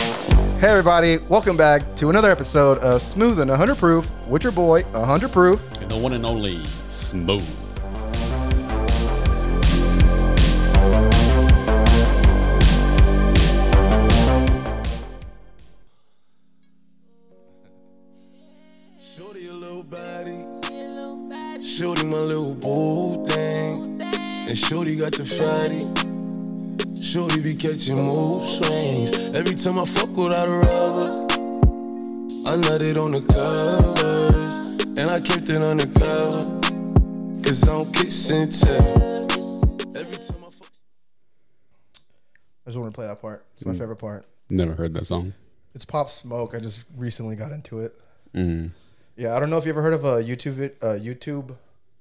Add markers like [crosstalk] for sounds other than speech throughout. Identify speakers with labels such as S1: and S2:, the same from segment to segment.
S1: Hey everybody, welcome back to another episode of Smooth and 100 Proof with your boy 100 Proof.
S2: And the one and only Smooth.
S3: Shorty your little body. Shorty my little boo thing. And Shorty got the fatty. Shorty be catching mood swings. Every time I fuck without a rubber, I nutted on the covers. And I kept it undercover. Cause I don't kiss and tell. Every time I fuck.
S1: I just want to play that part. It's my
S4: Mm.
S1: favorite part.
S2: Never heard that song.
S1: It's Pop Smoke. I just recently got into it. Yeah, I don't know if you ever heard of a YouTube vid- a YouTube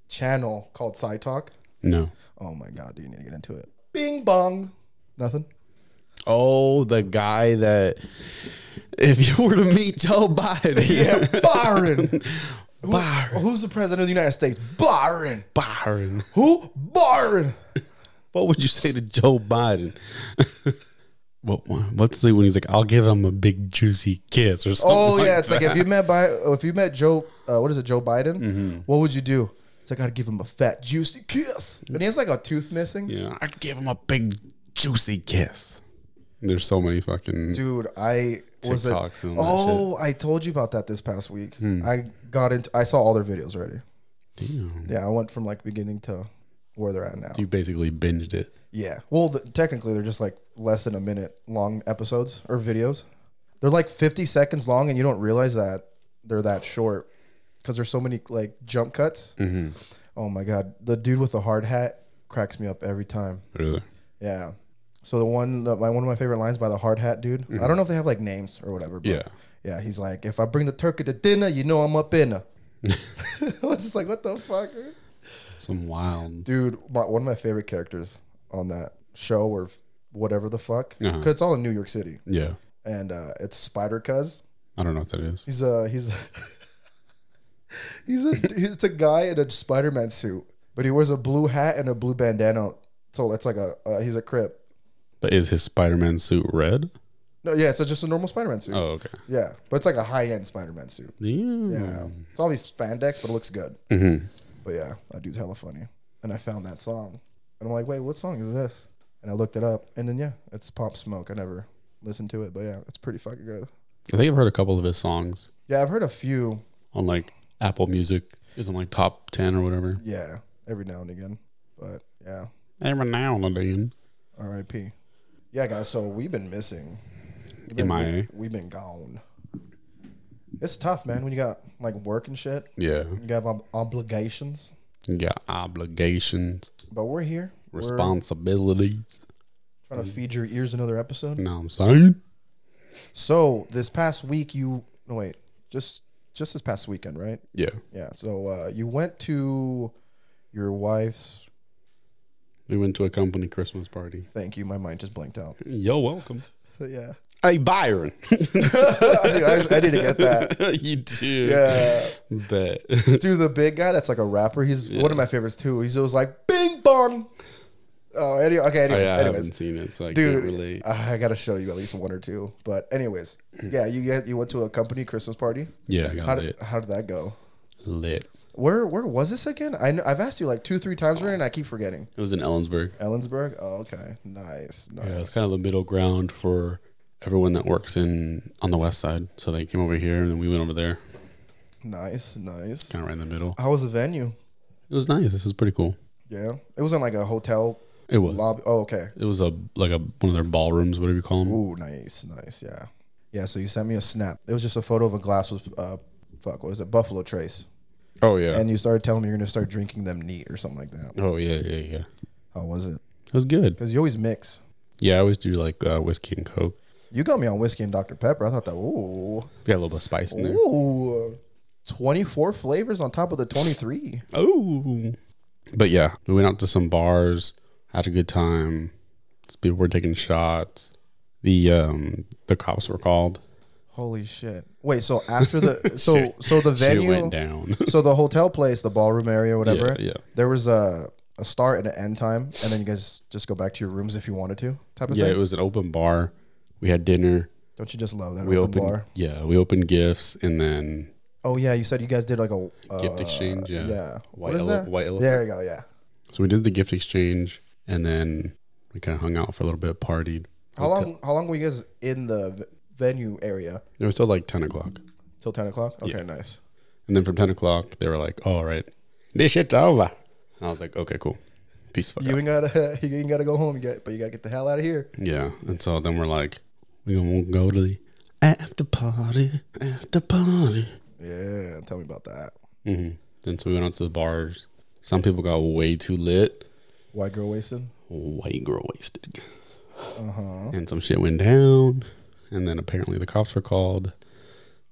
S1: channel called Side Talk.
S2: No.
S1: Oh my god, do you need to get into it? Bing bong. Nothing. [laughs]
S5: Oh, the guy that if you were to meet Joe
S2: [laughs]
S5: Biden,
S1: Yeah, Byron. Who-
S5: Byron.
S1: who's the president of the United States? Byron.
S5: Byron,
S1: Who? Byron.
S5: what would you say to Joe Biden?
S2: [laughs] What, what's the when he's like, I'll give him a big juicy kiss or [laughs] something.
S1: Oh yeah,
S2: that.
S1: it's like if you met by if you met Joe, uh, what is it, Joe Biden?
S2: Mm-hmm.
S1: What would you do? It's like I'd give him a fat juicy kiss, and he has like a tooth missing.
S2: Yeah, I'd give him a big juicy kiss. There's so many fucking.
S1: Dude, I was a,
S2: TikToks and all that Hmm.
S1: oh, I told you about that this past week. I got into I saw all their videos already.
S2: Damn.
S1: Yeah, I went from like beginning to where they're at now.
S2: You basically binged it.
S1: Yeah, well, th- technically they're just like less than a minute long episodes or videos. They're like 50 seconds long, and you don't realize that they're that short because there's so many like jump cuts. Oh my god, the dude with the hard hat cracks me up every time.
S2: Really?
S1: Yeah. So the one, the, my one of my favorite lines by the hard hat dude. I don't know if they have like names or whatever. But
S2: Yeah.
S1: Yeah, he's like, if I bring the turkey to dinner, you know I'm up in. her." [laughs] I was just like, what the fuck, dude?
S2: Some wild.
S1: dude my, one of my favorite characters on that show or f- whatever the fuck
S2: Uh-huh.
S1: 'cause it's all in new york city
S2: Yeah.
S1: and uh, it's spider cuz
S2: I don't know what that is.
S1: he's a he's [laughs] he's a it's a guy in a spider-man suit but he wears a blue hat and a blue bandana so it's like a uh, he's a crip
S2: But is his Spider Man suit red?
S1: no yeah it's just a normal spider-man suit
S2: Oh, okay.
S1: yeah but it's like a high-end spider-man suit
S2: Yeah.
S1: yeah it's always spandex but it looks good
S2: Mhm.
S1: but yeah that dude's hella funny and i found that song and i'm like wait what song is this and i looked it up and then yeah it's pop smoke i never listened to it but yeah it's pretty fucking good
S2: I think I've heard a couple of his songs
S1: yeah i've heard a few
S2: on like Apple Music. It's on like top 10 or whatever.
S1: yeah every now and again but yeah
S2: Every now and then.
S1: rip yeah guys so we've been missing we've been,
S2: MIA.
S1: we've been gone it's tough man when you got like work and shit
S2: Yeah.
S1: you have ob- obligations
S2: You got obligations,
S1: but we're here We're
S2: responsibilities.
S1: trying to feed your ears another episode
S2: You know what I'm saying?
S1: So this past week, you no wait, just just this past weekend, right?
S2: Yeah.
S1: Yeah. So uh, you went to your wife's.
S2: We went to a company Christmas party.
S1: Thank you. My mind just blanked out.
S2: You're welcome.
S1: [laughs] yeah,
S2: Hey, Byron.
S1: [laughs] I, knew- I, I didn't get that.
S2: [laughs] you do.
S1: Yeah,
S2: [laughs] Bet.
S1: dude, the big guy that's like a rapper. He's one of my favorites too. He's always like Bing Bong. Oh, any, okay.
S2: I, I
S1: Anyways,
S2: haven't
S1: anyways,
S2: seen it, so I
S1: dude, uh,
S2: can't relate.
S1: I gotta show you at least one or two. But anyways, yeah, you get- you went to a company Christmas party.
S2: Yeah, I got
S1: How did
S2: lit.
S1: how did that go?
S2: Lit.
S1: Where where was this again? I know, I've asked you like two three times already, and I keep forgetting.
S2: It was in Ellensburg.
S1: Ellensburg. Oh, okay, nice, nice.
S2: Yeah, it's kind of the middle ground for everyone that works in on the west side. So they came over here, and then we went over there,
S1: nice, nice.
S2: kind of right in the middle.
S1: How was the venue?
S2: It was nice. This was pretty cool.
S1: Yeah, it was in like a hotel
S2: It was.
S1: lobby. Oh, okay.
S2: It was a like a one of their ballrooms, whatever you call them.
S1: Ooh, nice, nice. Yeah, yeah. So you sent me a snap. It was just a photo of a glass with uh, fuck, what is it? Buffalo Trace.
S2: Oh yeah.
S1: And you started telling me you're gonna start drinking them neat or something like that.
S2: oh yeah, yeah, yeah.
S1: How was it?
S2: It was good.
S1: Because you always mix.
S2: Yeah, I always do like uh, whiskey and coke.
S1: You got me on whiskey and Dr Pepper. I thought that ooh,
S2: Got a little bit of spice in there.
S1: ooh, twenty four flavors on top of the twenty three.
S2: Oh. But yeah, we went out to some bars, had a good time. People were taking shots. The um the cops were called.
S1: Holy shit! Wait, so after
S2: [laughs]
S1: the so so the
S2: Shit
S1: venue,
S2: went down. [laughs]
S1: so the hotel place, the ballroom area, whatever.
S2: Yeah, yeah.
S1: There was a a start and an end time, and then you guys just go back to your rooms if you wanted to, type of
S2: yeah,
S1: thing.
S2: it was an open bar. We had dinner.
S1: Don't you just love that
S2: we
S1: open,
S2: open
S1: bar?
S2: yeah we open gifts and then
S1: Oh yeah, you said you guys did like a uh,
S2: Gift exchange, yeah.
S1: yeah.
S2: White
S1: what is
S2: ele-
S1: that?
S2: white elephant.
S1: There you go. Yeah.
S2: so we did the gift exchange and then we kind of hung out for a little bit partied
S1: How long? How long were you guys in the v- venue area
S2: it was still like 10 o'clock
S1: till ten o'clock? Okay, nice.
S2: and then from 10 o'clock they were like all right this shit's over and i was like okay cool peace fuck
S1: You
S2: out.
S1: ain't gotta. [laughs] You ain't gotta go home. You got, but you gotta get the hell out of here.
S2: yeah and so then we're like we gonna go to the after party after party
S1: Yeah, tell me about that.
S2: hmm then so we went out to the bars some people got way too lit
S1: White girl wasted.
S2: white girl wasted. And some shit went down. And then apparently the cops were called.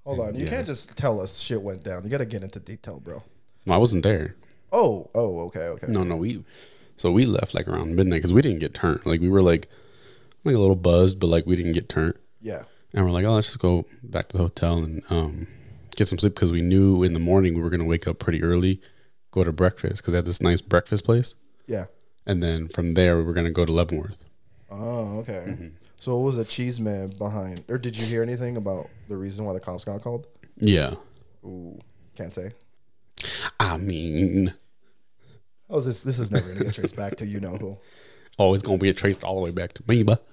S1: Hold on, you
S2: Yeah.
S1: can't just tell us shit went down. You gotta get into detail, bro.
S2: No, I wasn't there.
S1: Oh, oh, okay, okay.
S2: No, no, we. So we left like around midnight because we didn't get turned. Like we were like, like a little buzzed, but like we didn't get turned.
S1: Yeah,
S2: And we're like, oh, let's just go back to the hotel and um, get some sleep because we knew in the morning we were gonna wake up pretty early, go to breakfast because they had this nice breakfast place,
S1: yeah.
S2: and then from there we were gonna go to Leavenworth.
S1: Oh, okay.
S2: Mm-hmm.
S1: So what was the cheese man behind? Or did you hear anything about the reason why the cops got called?
S2: Yeah,
S1: Ooh, can't say.
S2: I mean,
S1: Oh, is this this is never gonna get traced back to you know
S2: [laughs]
S1: who.
S2: always Oh, gonna be traced all the way back to me, but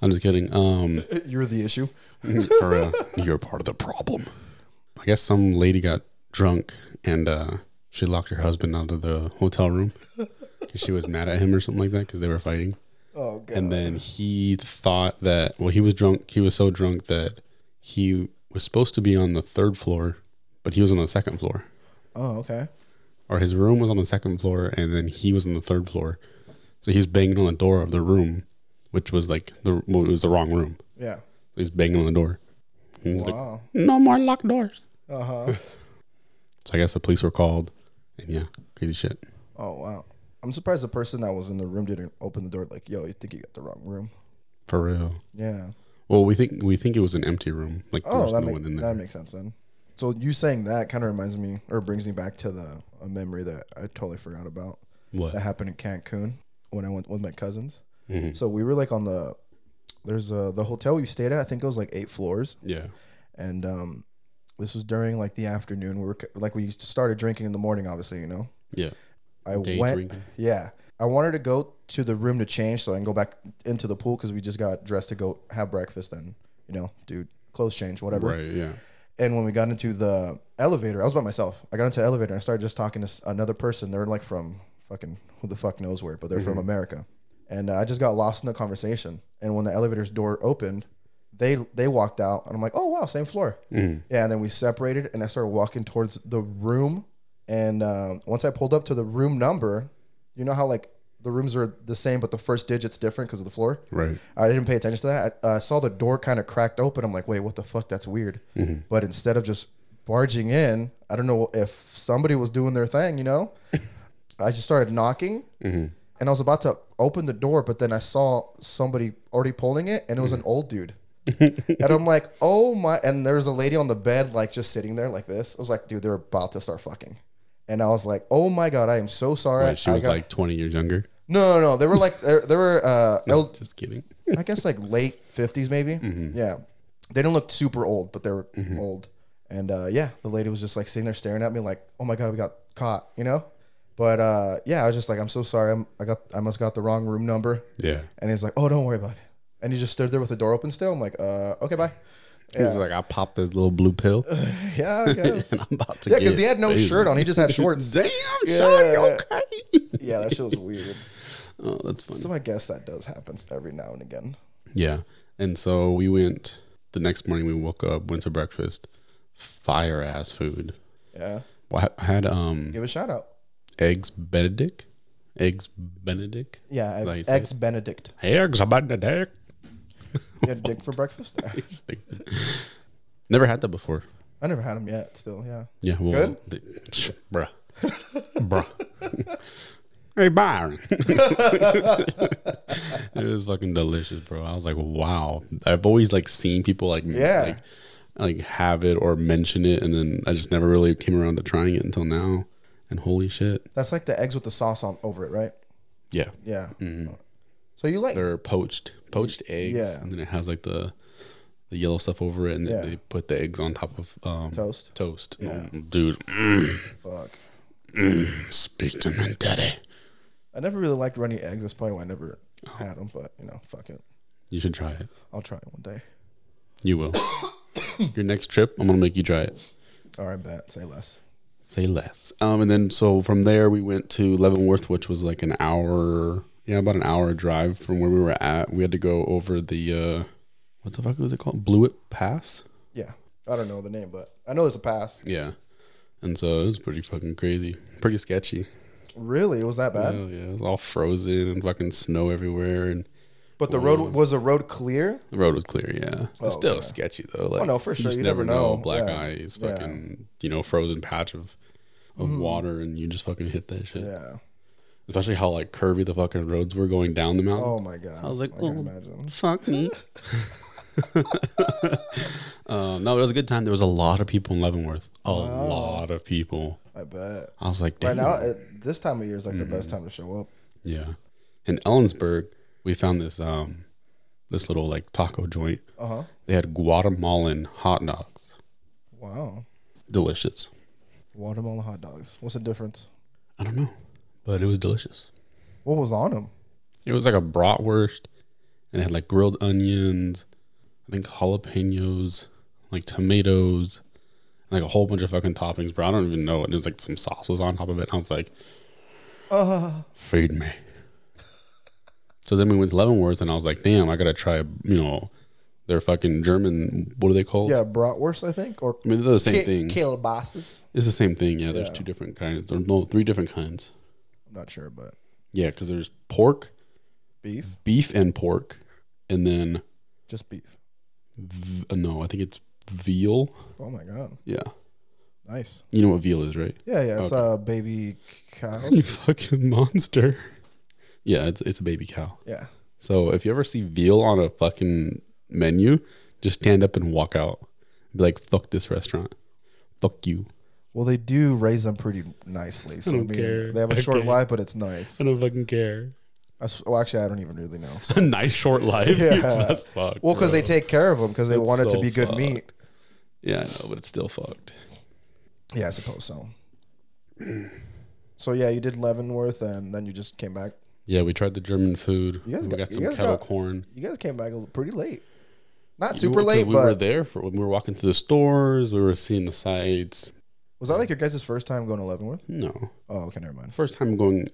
S2: I'm just kidding. Um,
S1: You're the issue.
S2: for real, you're part of the problem. I guess some lady got drunk and uh, she locked her husband out of the hotel room. 'Cause She was mad at him or something like that because they were fighting.
S1: Oh god.
S2: And then he thought that well, he was drunk. He was so drunk that he was supposed to be on the third floor, but he was on the second floor,
S1: oh, okay.
S2: or his room was on the second floor, and then he was on the third floor. So he was banging on the door of the room, which was like the well, it was the wrong room.
S1: Yeah.
S2: He's banging on the door. And he's like,
S1: Wow.
S2: no more locked doors.
S1: Uh
S2: [laughs]
S1: huh.
S2: So I guess the police were called. And yeah, crazy shit.
S1: oh wow. I'm surprised the person that was in the room didn't open the door. Like, yo, you think you got the wrong room?
S2: For real.
S1: Yeah.
S2: Well, we think we think it was an empty room. Like there
S1: Oh,
S2: was
S1: that,
S2: no
S1: make-
S2: one in
S1: that
S2: there.
S1: makes sense then. So you saying that kind of reminds me, or brings me back to the a memory that I totally forgot about.
S2: What? Mm-hmm.
S1: that happened in Cancun when I went with my cousins. So we were like on the there's a the hotel we stayed at. I think it was like eight floors,
S2: Yeah.
S1: and um, this was during like the afternoon. We were c- like we used to started drinking in the morning, obviously, you know.
S2: Yeah.
S1: I
S2: Day
S1: went.
S2: drinking.
S1: Yeah. I wanted to go to the room to change so I can go back into the pool because we just got dressed to go have breakfast and, you know, do clothes change, whatever.
S2: Right. Yeah.
S1: And when we got into the elevator, I was by myself. I got into the elevator and I started just talking to s- another person. They're like from fucking who the fuck knows where, but they're from America. And uh, I just got lost in the conversation. And when the elevator's door opened, they they walked out, and I'm like, oh wow, same floor. Yeah. And then we separated, and I started walking towards the room. And um, once I pulled up to the room number, you know how like the rooms are the same, but the first digit's different because of the floor.
S2: Right.
S1: I didn't pay attention to that. I uh, saw the door kind of cracked open. I'm like, wait, what the fuck? That's weird.
S2: Mm-hmm.
S1: But instead of just barging in, I don't know if somebody was doing their thing, you
S2: [laughs]
S1: know? I just started knocking
S2: Mm-hmm.
S1: and I was about to open the door, but then I saw somebody already pulling it and it
S2: Mm-hmm.
S1: was an old
S2: [laughs]
S1: dude. and I'm like, oh my. And there was a lady on the bed, like just sitting there like this. I was like, dude, they're about to start fucking. And I was like, oh my God, I am so sorry.
S2: But she
S1: I
S2: was
S1: got-
S2: like 20 years younger.
S1: no, no, no. They were like, they they were uh, el-
S2: Just kidding.
S1: I guess like late fifties, maybe. Yeah, they didn't look super old, but they were old. And uh, yeah, the lady was just like sitting there staring at me, like, "Oh my god, we got caught," you know. But uh, yeah, I was just like, "I'm so sorry. I'm, I got I must got the wrong room number."
S2: Yeah.
S1: And he's like, "Oh, don't worry about it." And he just stood there with the door open still. I'm like, "Uh, okay, bye." [laughs]
S2: He's like, I popped this little blue pill
S1: Yeah, I guess.
S2: [laughs] and I'm about to
S1: yeah,
S2: get
S1: because he had
S2: [laughs]
S1: no
S2: baited.
S1: shirt on. He just had
S2: [laughs]
S1: shorts.
S2: Damn,
S1: Yeah.
S2: Sean, you okay?
S1: yeah, that shit was weird.
S2: oh, that's funny.
S1: So I guess that does happen every now and again.
S2: Yeah. And so we went the next morning, we woke up, went to breakfast, fire ass food.
S1: Yeah,
S2: Well, I had um
S1: give a shout out.
S2: eggs Benedict, eggs Benedict,
S1: Yeah,
S2: Like you said.
S1: ex Benedict.
S2: eggs Benedict.
S1: You had a dick for breakfast.
S2: Stupid. Never had that before.
S1: I never had them yet. Still, yeah.
S2: Yeah, well,
S1: Good?
S2: the- bruh, bruh.
S1: [laughs]
S2: hey Byron, [laughs] it was fucking delicious, bro. I was like, wow. I've always like seen people like
S1: Yeah.
S2: like, like have it or mention it, and then I just never really came around to trying it until now. And holy shit,
S1: That's like the eggs with the sauce on over it, right?
S2: yeah, Mm-hmm.
S1: Yeah. So you like
S2: they're poached, poached eggs,
S1: Yeah.
S2: and then it has like the the yellow stuff over it, and then
S1: Yeah.
S2: they put the eggs on top of um,
S1: Toast?
S2: Toast,
S1: Yeah.
S2: Oh, dude.
S1: Fuck.
S2: Speak to me, daddy.
S1: I never really liked runny eggs. That's probably why I never had them. But you know, fuck it.
S2: You should try it.
S1: I'll try it one day.
S2: You [coughs] will. Your next trip, I'm gonna make you try it.
S1: All right, bet. Say less.
S2: Say less. Um, and then so from there we went to Leavenworth, which was like an hour, yeah, about an hour drive from where we were at. We had to go over the uh, what the fuck was it called? Blewett Pass.
S1: Yeah. I don't know the name, but I know it's a pass.
S2: Yeah. And so it was pretty fucking crazy, pretty sketchy.
S1: Really, it was that bad?
S2: Oh yeah, it was all frozen and fucking snow everywhere, and
S1: But the road was the road clear.
S2: the road was clear. Yeah, it's
S1: Oh,
S2: still
S1: yeah. Oh,
S2: sketchy though. Like,
S1: no, for sure,
S2: just
S1: you never know.
S2: Black
S1: Yeah.
S2: eyes,
S1: Yeah. Mm-hmm.
S2: fucking, you know, frozen patch of of water, and you just fucking hit that shit.
S1: Yeah.
S2: Especially how like curvy the fucking roads were going down the mountain.
S1: Oh my god.
S2: I was like,
S1: I can
S2: "Ooh."
S1: imagine.
S2: fuck me.
S1: [laughs]
S2: um, no, it was a good time. There was a lot of people in Leavenworth. A lot of people.
S1: I bet.
S2: I was like,
S1: Right
S2: damn. Mm-hmm.
S1: now, at this time of year is like the best time to show up.
S2: Yeah. In Ellensburg, we found this um this little like taco joint.
S1: Uh huh.
S2: They had Guatemalan hot dogs.
S1: Wow.
S2: Delicious.
S1: Watermelon hot dogs. What's the difference?
S2: I don't know, but it was delicious.
S1: What was on them?
S2: It was like a bratwurst and it had like grilled onions, I think jalapenos, like tomatoes, and like a whole bunch of fucking toppings, bro. I don't even know. And it was like some sauce was on top of it. And I was like, feed me. So then we went to Leavenworth and I was like, damn, I gotta try, you know, their fucking German, what are they called?
S1: Yeah, bratwurst, I think, or
S2: I mean, they're the
S1: Ki-
S2: same thing.
S1: kielbasses.
S2: It's the same thing. Yeah, there's
S1: Yeah.
S2: two different kinds. Or no, three different kinds.
S1: I'm not sure, but
S2: Yeah, because there's pork,
S1: beef,
S2: beef and pork, and then
S1: just beef.
S2: v- uh, no, I think it's veal.
S1: Oh my god,
S2: Yeah,
S1: nice.
S2: you know what veal is, right? [laughs]
S1: Yeah, yeah, it's a
S2: Okay.
S1: uh, baby
S2: You
S1: cows. [laughs]
S2: fucking monster. Yeah, it's it's a baby cow.
S1: yeah,
S2: So if you ever see veal on a fucking menu, just stand up and walk out. Be like, fuck this restaurant. Fuck you.
S1: well, they do raise them pretty nicely. So I,
S2: don't
S1: mean,
S2: care.
S1: they have a short life, but it's nice.
S2: don't fucking care.
S1: I s- well, actually, I don't even really know. So.
S2: [laughs] A nice short life.
S1: Yeah.
S2: [laughs] That's fucked.
S1: Well, because they
S2: bro.
S1: take care of them because they
S2: It's
S1: want it to
S2: so
S1: be good
S2: fucked.
S1: meat.
S2: Yeah, I know, but it's still fucked.
S1: Yeah, I suppose so. So yeah, you did Leavenworth, and then you just came back.
S2: Yeah, we tried the German food.
S1: You guys
S2: we
S1: got-
S2: got,
S1: you
S2: some
S1: guys
S2: kettle
S1: got-
S2: corn.
S1: You guys came back a little- pretty late. Not
S2: You know
S1: super
S2: what, 'cause
S1: late,
S2: We
S1: but
S2: were there for when we were walking through the stores. We were seeing the sights.
S1: was that like your guys' first time going to Leavenworth?
S2: No,
S1: Oh, okay, never mind.
S2: first time going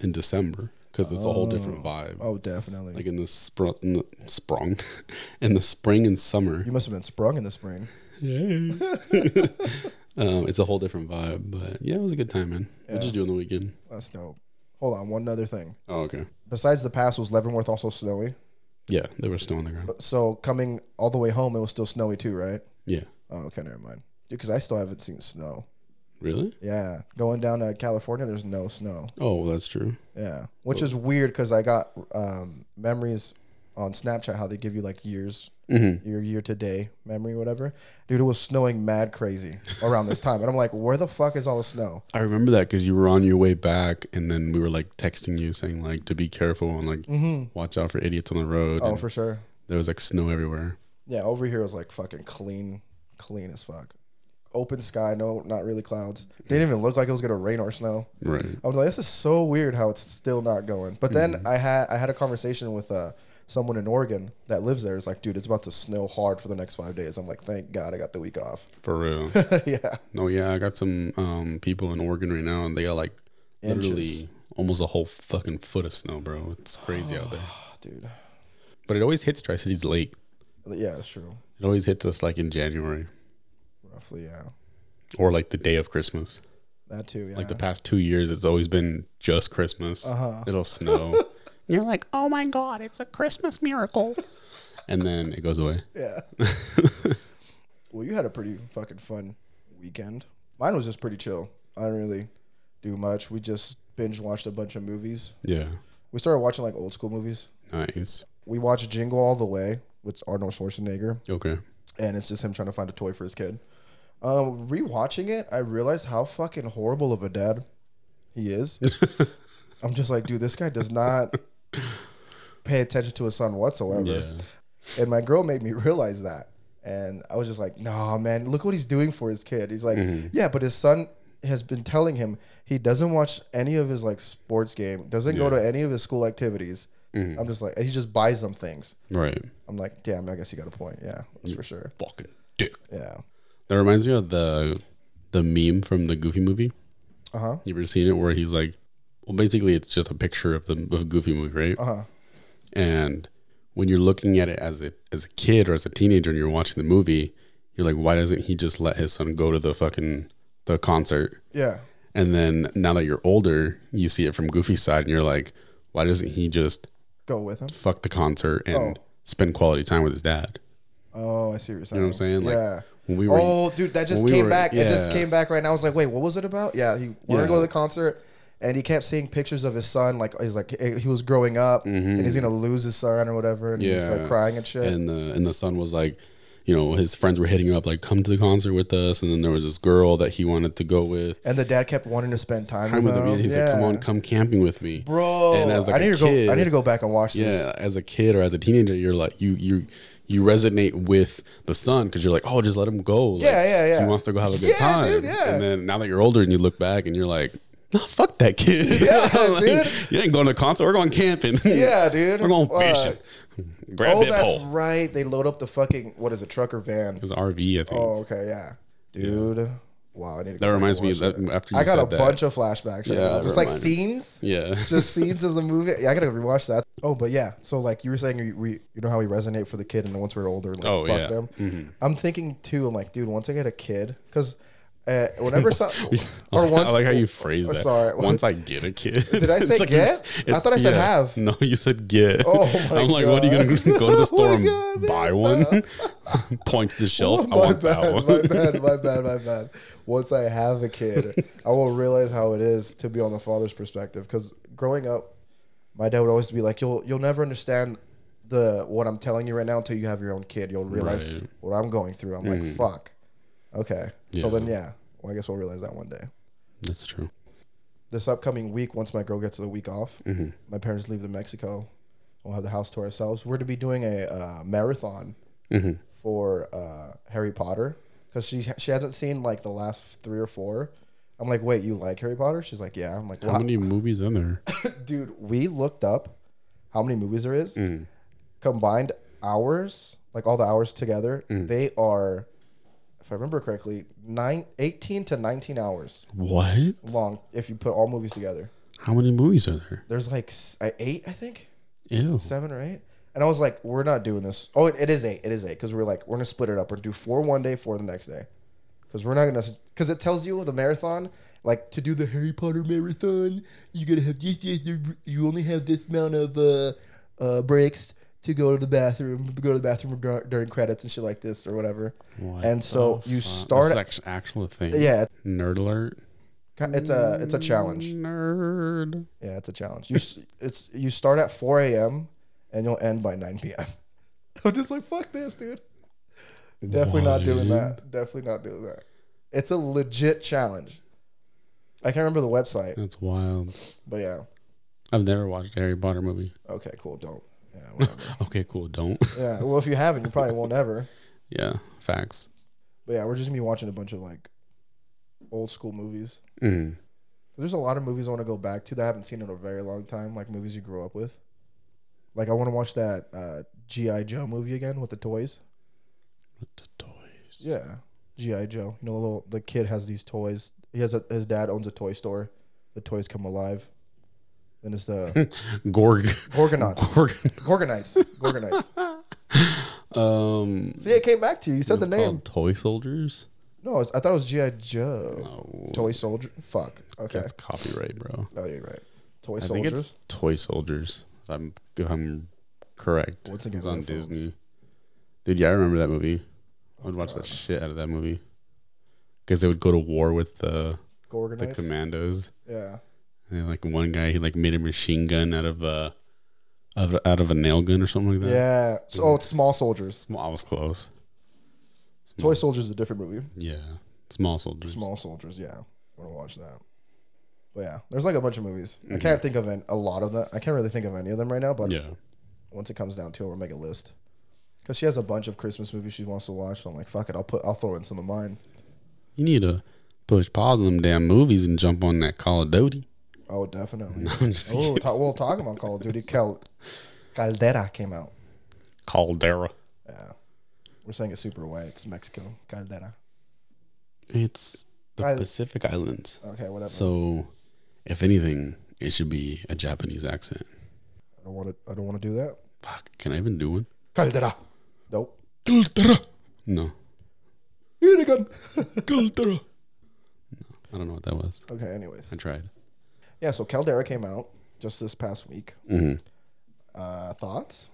S2: in December because it's a whole different vibe.
S1: Oh, definitely.
S2: Like in the spr- in the sprung, [laughs] in the spring and summer,
S1: you must have been sprung in the spring.
S2: [laughs] um, it's a whole different vibe. But yeah, it was a good time, man. What did you do on the weekend?
S1: That's dope. Hold on, one other thing.
S2: Oh, okay.
S1: Besides the pass, was Leavenworth also snowy?
S2: Yeah, there was snow on the ground.
S1: So coming all the way home, it was still snowy too, right?
S2: Yeah,
S1: Oh, okay, never mind. Dude, because I still haven't seen snow.
S2: really?
S1: Yeah, going down to California, there's no snow.
S2: Oh, well, that's true.
S1: Yeah, which is weird because I got um, memories on Snapchat how they give you like years, your year to day memory, whatever. Dude, it was snowing mad crazy around this time, and I'm like, where the fuck is all the snow?
S2: I remember that because you were on your way back, and then we were like texting you saying like to be careful and like watch out for idiots on the road.
S1: Oh,
S2: and
S1: for sure.
S2: there was like snow everywhere.
S1: Yeah, over here was like fucking clean, clean as fuck. Open sky, no, not really clouds. Didn't even look like it was gonna rain or snow.
S2: Right.
S1: I was like, this is so weird how it's still not going. But then
S2: Mm-hmm.
S1: I had I had a conversation with uh, someone in Oregon that lives there. It's like, dude, it's about to snow hard for the next five days. I'm like, thank God I got the week off. [laughs]
S2: For real.
S1: yeah,
S2: No, yeah, I got some um, people in Oregon right now, and they got like
S1: Inches.
S2: literally almost a whole fucking foot of snow, bro. It's crazy out there.
S1: Oh, dude.
S2: But it always hits Tri Cities late.
S1: Yeah, it's true.
S2: It always hits us like in January
S1: Roughly, yeah.
S2: or like the day of Christmas.
S1: That too. Yeah.
S2: Like the past two years, it's always been just Christmas. It'll snow,
S6: You're like, oh my God, it's a Christmas miracle.
S2: and then it goes away.
S1: yeah. well, you had a pretty fucking fun weekend. Mine was just pretty chill. I didn't really do much. We just binge watched a bunch of movies.
S2: Yeah.
S1: We started watching like old school movies.
S2: Nice.
S1: We watched Jingle All the Way with Arnold Schwarzenegger,
S2: Okay.
S1: and it's just him trying to find a toy for his kid. Um, rewatching it, I realized how fucking horrible of a dad he is. I'm just like, dude, this guy does not pay attention to his son whatsoever.
S2: Yeah.
S1: And my girl made me [laughs] realize that. And I was just like, nah, man, look what he's doing for his kid. He's like, yeah, but his son has been telling him he doesn't watch any of his like sports game, doesn't go to any of his school activities. I'm just like, and he just buys them things.
S2: Right.
S1: I'm like, damn, I guess you got a point. Yeah, that's for sure.
S2: Fucking dick.
S1: Yeah.
S2: That reminds me of the the meme from the Goofy movie.
S1: Uh huh.
S2: You ever seen it where he's like, well, basically it's just a picture of the of Goofy movie, right?
S1: Uh huh.
S2: And when you're looking at it as a as a kid or as a teenager and you're watching the movie, you're like, why doesn't he just let his son go to the fucking the concert?
S1: Yeah.
S2: And then now that you're older, you see it from Goofy's side, and you're like, why doesn't he just
S1: Go with him.
S2: fuck the concert and
S1: Oh.
S2: spend quality time with his dad?
S1: Oh, I see what you're saying.
S2: You know what I'm saying? Like,
S1: yeah.
S2: when we were-
S1: oh, dude, that just
S2: when we
S1: came
S2: were-
S1: back. It just
S2: yeah.
S1: came back right now. I was like, wait, what was it about? Yeah, he wanted
S2: Yeah.
S1: to go to the concert, and he kept seeing pictures of his son. Like he's like eh, he was growing up, and he's gonna lose his son or whatever, and he's like crying and shit.
S2: Mm-hmm. And the and the son was like, you know, his friends were hitting him up like, come to the concert with us. And then there was this girl that he wanted to go with.
S1: And the dad kept wanting to spend time,
S2: Time with
S1: with
S2: him.
S1: him.
S2: He's
S1: yeah.
S2: like, come on, come camping with me,
S1: bro.
S2: And as like
S1: I need
S2: a
S1: to
S2: kid,
S1: go. I need to go back and watch this.
S2: Yeah, as a kid or as a teenager, you're like you you you resonate with the son because you're like, oh, just let him go. Like,
S1: Yeah, yeah, yeah.
S2: He wants to go have a good
S1: Yeah,
S2: time.
S1: dude, yeah.
S2: And then now that you're older and you look back and you're like, no, fuck that
S1: [laughs]
S2: kid.
S1: Yeah,
S2: [laughs] Like,
S1: dude.
S2: You ain't going to a concert. We're going camping.
S1: Yeah, dude.
S2: [laughs] We're going
S1: Fuck.
S2: fishing. Grab
S1: Oh,
S2: that
S1: that's
S2: pole.
S1: right. They load up the fucking what is it, truck or van?
S2: It was RV, I think.
S1: Oh, okay, yeah, dude. Wow, I need to.
S2: That
S1: go back
S2: reminds
S1: and
S2: me
S1: watch
S2: that after you
S1: I got a
S2: said that-
S1: bunch of flashbacks. Right
S2: Yeah,
S1: now.
S2: that
S1: just like
S2: reminded-
S1: scenes,
S2: Yeah. [laughs]
S1: just scenes of the movie. Yeah, I gotta rewatch that. Oh, but yeah. So like you were saying, you, we you know how we resonate for the kid, and then once we're older, like
S2: Oh,
S1: fuck
S2: yeah.
S1: them. I'm thinking too. I'm like, dude, once I get a kid, because uh,
S2: [laughs]
S1: whenever some or once
S2: I like how you phrase
S1: oh,
S2: that.
S1: sorry.
S2: Once I get a kid.
S1: Did I
S2: [laughs] It's
S1: say
S2: you-
S1: get? I
S2: it's-
S1: thought I said have.
S2: No, you said get. [laughs]
S1: Oh my
S2: I'm like, what are you
S1: God.
S2: going to go to the
S1: [laughs]
S2: store
S1: Oh
S2: and
S1: my God,
S2: buy one?
S1: [laughs]
S2: [laughs] Points to the shelf.
S1: Oh,
S2: I
S1: my
S2: want that
S1: bad,
S2: one. [laughs]
S1: my bad, my bad, my bad. Once I have a kid, I will realize how it is to be on the father's perspective. Because growing up, my dad would always be like, "You'll you'll never understand the what I'm telling you right now until you have your own kid. You'll realize
S2: Right. Mm.
S1: what I'm going through." I'm like, "Fuck." Okay, so then yeah, well, I guess we'll realize that one day.
S2: That's true.
S1: This upcoming week, once my girl gets the week off,
S2: Mm-hmm.
S1: my parents leave to Mexico. We'll have the house to ourselves. We're to be doing a uh, marathon
S2: Mm-hmm.
S1: for uh, Harry Potter because she she hasn't seen like the last three or four. I'm like, wait, you like Harry Potter? She's like, yeah. I'm like,
S2: How
S1: "Wow."
S2: many movies in there?
S1: [laughs] dude, we looked up how many movies there is
S2: Mm.
S1: combined hours, like all the hours together.
S2: Mm.
S1: They are, if I remember correctly, nine, 18 to 19 hours
S2: What?
S1: long if you put all movies together.
S2: How many movies are there?
S1: There's like s- uh, eight, I think,
S2: Ew.
S1: seven or eight. And I was like, we're not doing this. Oh, it, it is eight. It is eight because we are like, we're gonna split it up and do four one day, four the next day, because we're not gonna. Because it tells you the marathon, like to do the Harry Potter marathon, you gotta have this. this you- you only have this amount of uh, uh, breaks to go to the bathroom, go to the bathroom dur- during credits and shit like this or whatever.
S2: What
S1: and so
S2: Uh, the
S1: you
S2: fuck?
S1: start.
S2: That's act- actual thing.
S1: yeah,
S2: Nerd alert.
S1: it's a it's a challenge.
S2: Nerd.
S1: Yeah, it's a challenge. You s- [laughs] it's you start at 4 a.m. and you'll end by 9 p.m. [laughs] I'm just like fuck this, dude. Definitely not doing that. Definitely not doing that. It's a legit challenge. I can't remember the website,
S2: That's wild.
S1: but yeah.
S2: I've never watched a Harry Potter movie.
S1: Okay, cool. Don't. Yeah, whatever.
S2: [laughs] Okay, cool. Don't.
S1: yeah. Well, if you haven't, you probably won't ever.
S2: yeah. Facts.
S1: But yeah, we're just gonna be watching a bunch of like old school movies.
S2: Mm.
S1: There's a lot of movies I want to go back to that I haven't seen in a very long time, like movies you grew up with. Like I want to watch that uh, GI Joe movie again with the toys.
S2: What the toys?
S1: Yeah, GI Joe. You know, the little the kid has these toys. He has a, his dad owns a toy store. The toys come alive. Then it's uh,
S2: [laughs]
S1: the
S2: Gorg.
S1: Gorgonauts.
S2: Gorgon.
S1: Gorgonites. [laughs] Gorgonites.
S2: Um,
S1: See, it came back to you. You said the
S2: it's
S1: name.
S2: Um, called Toy Soldiers.
S1: No, it's, I thought it was GI Joe.
S2: Oh,
S1: Toy Soldier. Fuck. Okay.
S2: that's copyright, bro.
S1: Oh, you're right. Toy
S2: I think it's
S1: Soldiers.
S2: Toy Soldiers. If I'm if I'm correct.
S1: Once again,
S2: it's on
S1: my fault.
S2: Disney. Dude, yeah, I remember that movie. I would watch the shit out of that movie because they would go to war with the the
S1: Gorgonites.
S2: commandos.
S1: yeah.
S2: And then, like one guy, he like made a machine gun out of a of out of a nail gun or something like that.
S1: Yeah. So oh, it's Small Soldiers.
S2: Small- I was close.
S1: Toy Soldiers is a different movie.
S2: Yeah, small soldiers.
S1: Small Soldiers, yeah. I want to watch that. But yeah, there's like a bunch of movies.
S2: Mm-hmm.
S1: I can't think of an, a lot of them. I can't really think of any of them right now, but
S2: Yeah,
S1: once it comes down to it, we'll make a list. Because she has a bunch of Christmas movies she wants to watch. So I'm like, fuck it, I'll put I'll throw in some of mine.
S2: You need to push pause on them damn movies and jump on that Call of Duty.
S1: Oh, definitely.
S2: I'm just
S1: oh, ta- well, talking about Call of Duty, Cal- Caldera came out.
S2: Caldera.
S1: Yeah, we're saying it super white. It's Mexico, Caldera.
S2: It's the
S1: Cal-
S2: Pacific Islands.
S1: Okay, whatever.
S2: So, if anything, it should be a Japanese accent.
S1: I don't want to. I don't want to do that.
S2: Fuck, can I even do one?
S1: Caldera. Nope.
S2: Caldera. No.
S1: Here they go.
S2: Caldera. No, I don't know what that was.
S1: [laughs] okay. Anyways,
S2: I tried.
S1: yeah. So Caldera came out just this past week.
S2: Mm-hmm.
S1: Uh, thoughts,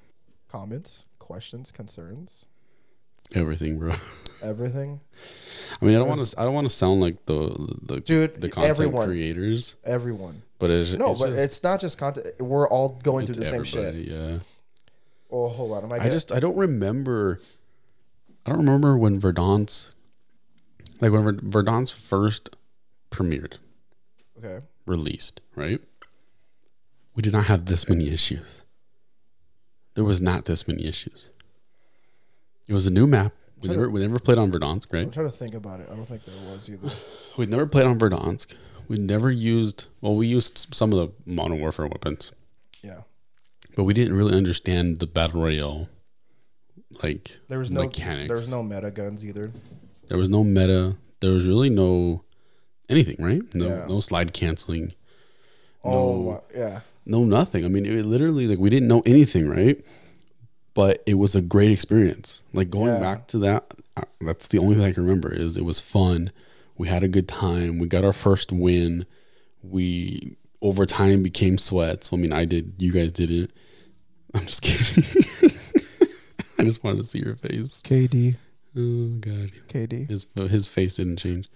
S1: comments, questions, concerns,
S2: Everything, bro. [laughs]
S1: everything.
S2: I mean, I don't want to. I don't want to sound like the the
S1: Dude,
S2: the content
S1: everyone.
S2: creators,
S1: Everyone.
S2: but it's
S1: No,
S2: it's
S1: but
S2: just-
S1: it's not just content. We're all going through the
S2: it's
S1: same shit.
S2: everybody, Yeah,
S1: Oh, hold on. Am I,
S2: I just I don't remember. I don't remember when Verdant's, like when Ver- Verdant's first premiered,
S1: okay?
S2: released, right? We did not have this many issues. There was not this many issues. It was a new map. We never, we never played on Verdansk, right?
S1: I'm trying to think about it. I don't think there was either.
S2: We'd never played on Verdansk. We never used, well, we used s- some of the Modern Warfare weapons,
S1: Yeah.
S2: but we didn't really understand the Battle Royale, like,
S1: There was no
S2: mechanics.
S1: there was no meta guns either.
S2: There was no meta. There was really no anything, right? No,
S1: Yeah.
S2: no slide canceling.
S1: Oh my- yeah.
S2: No, nothing. I mean, it literally like we didn't know anything, right? But it was a great experience. Like going
S1: Yeah.
S2: back to that, I- that's the only thing I can remember is it was fun. We had a good time. We got our first win. We over time became sweats. I mean, I did. You guys didn't. [laughs] I'm just kidding. [laughs] I just wanted to see your face.
S1: KD.
S2: Oh God,
S1: KD.
S2: his his face didn't change.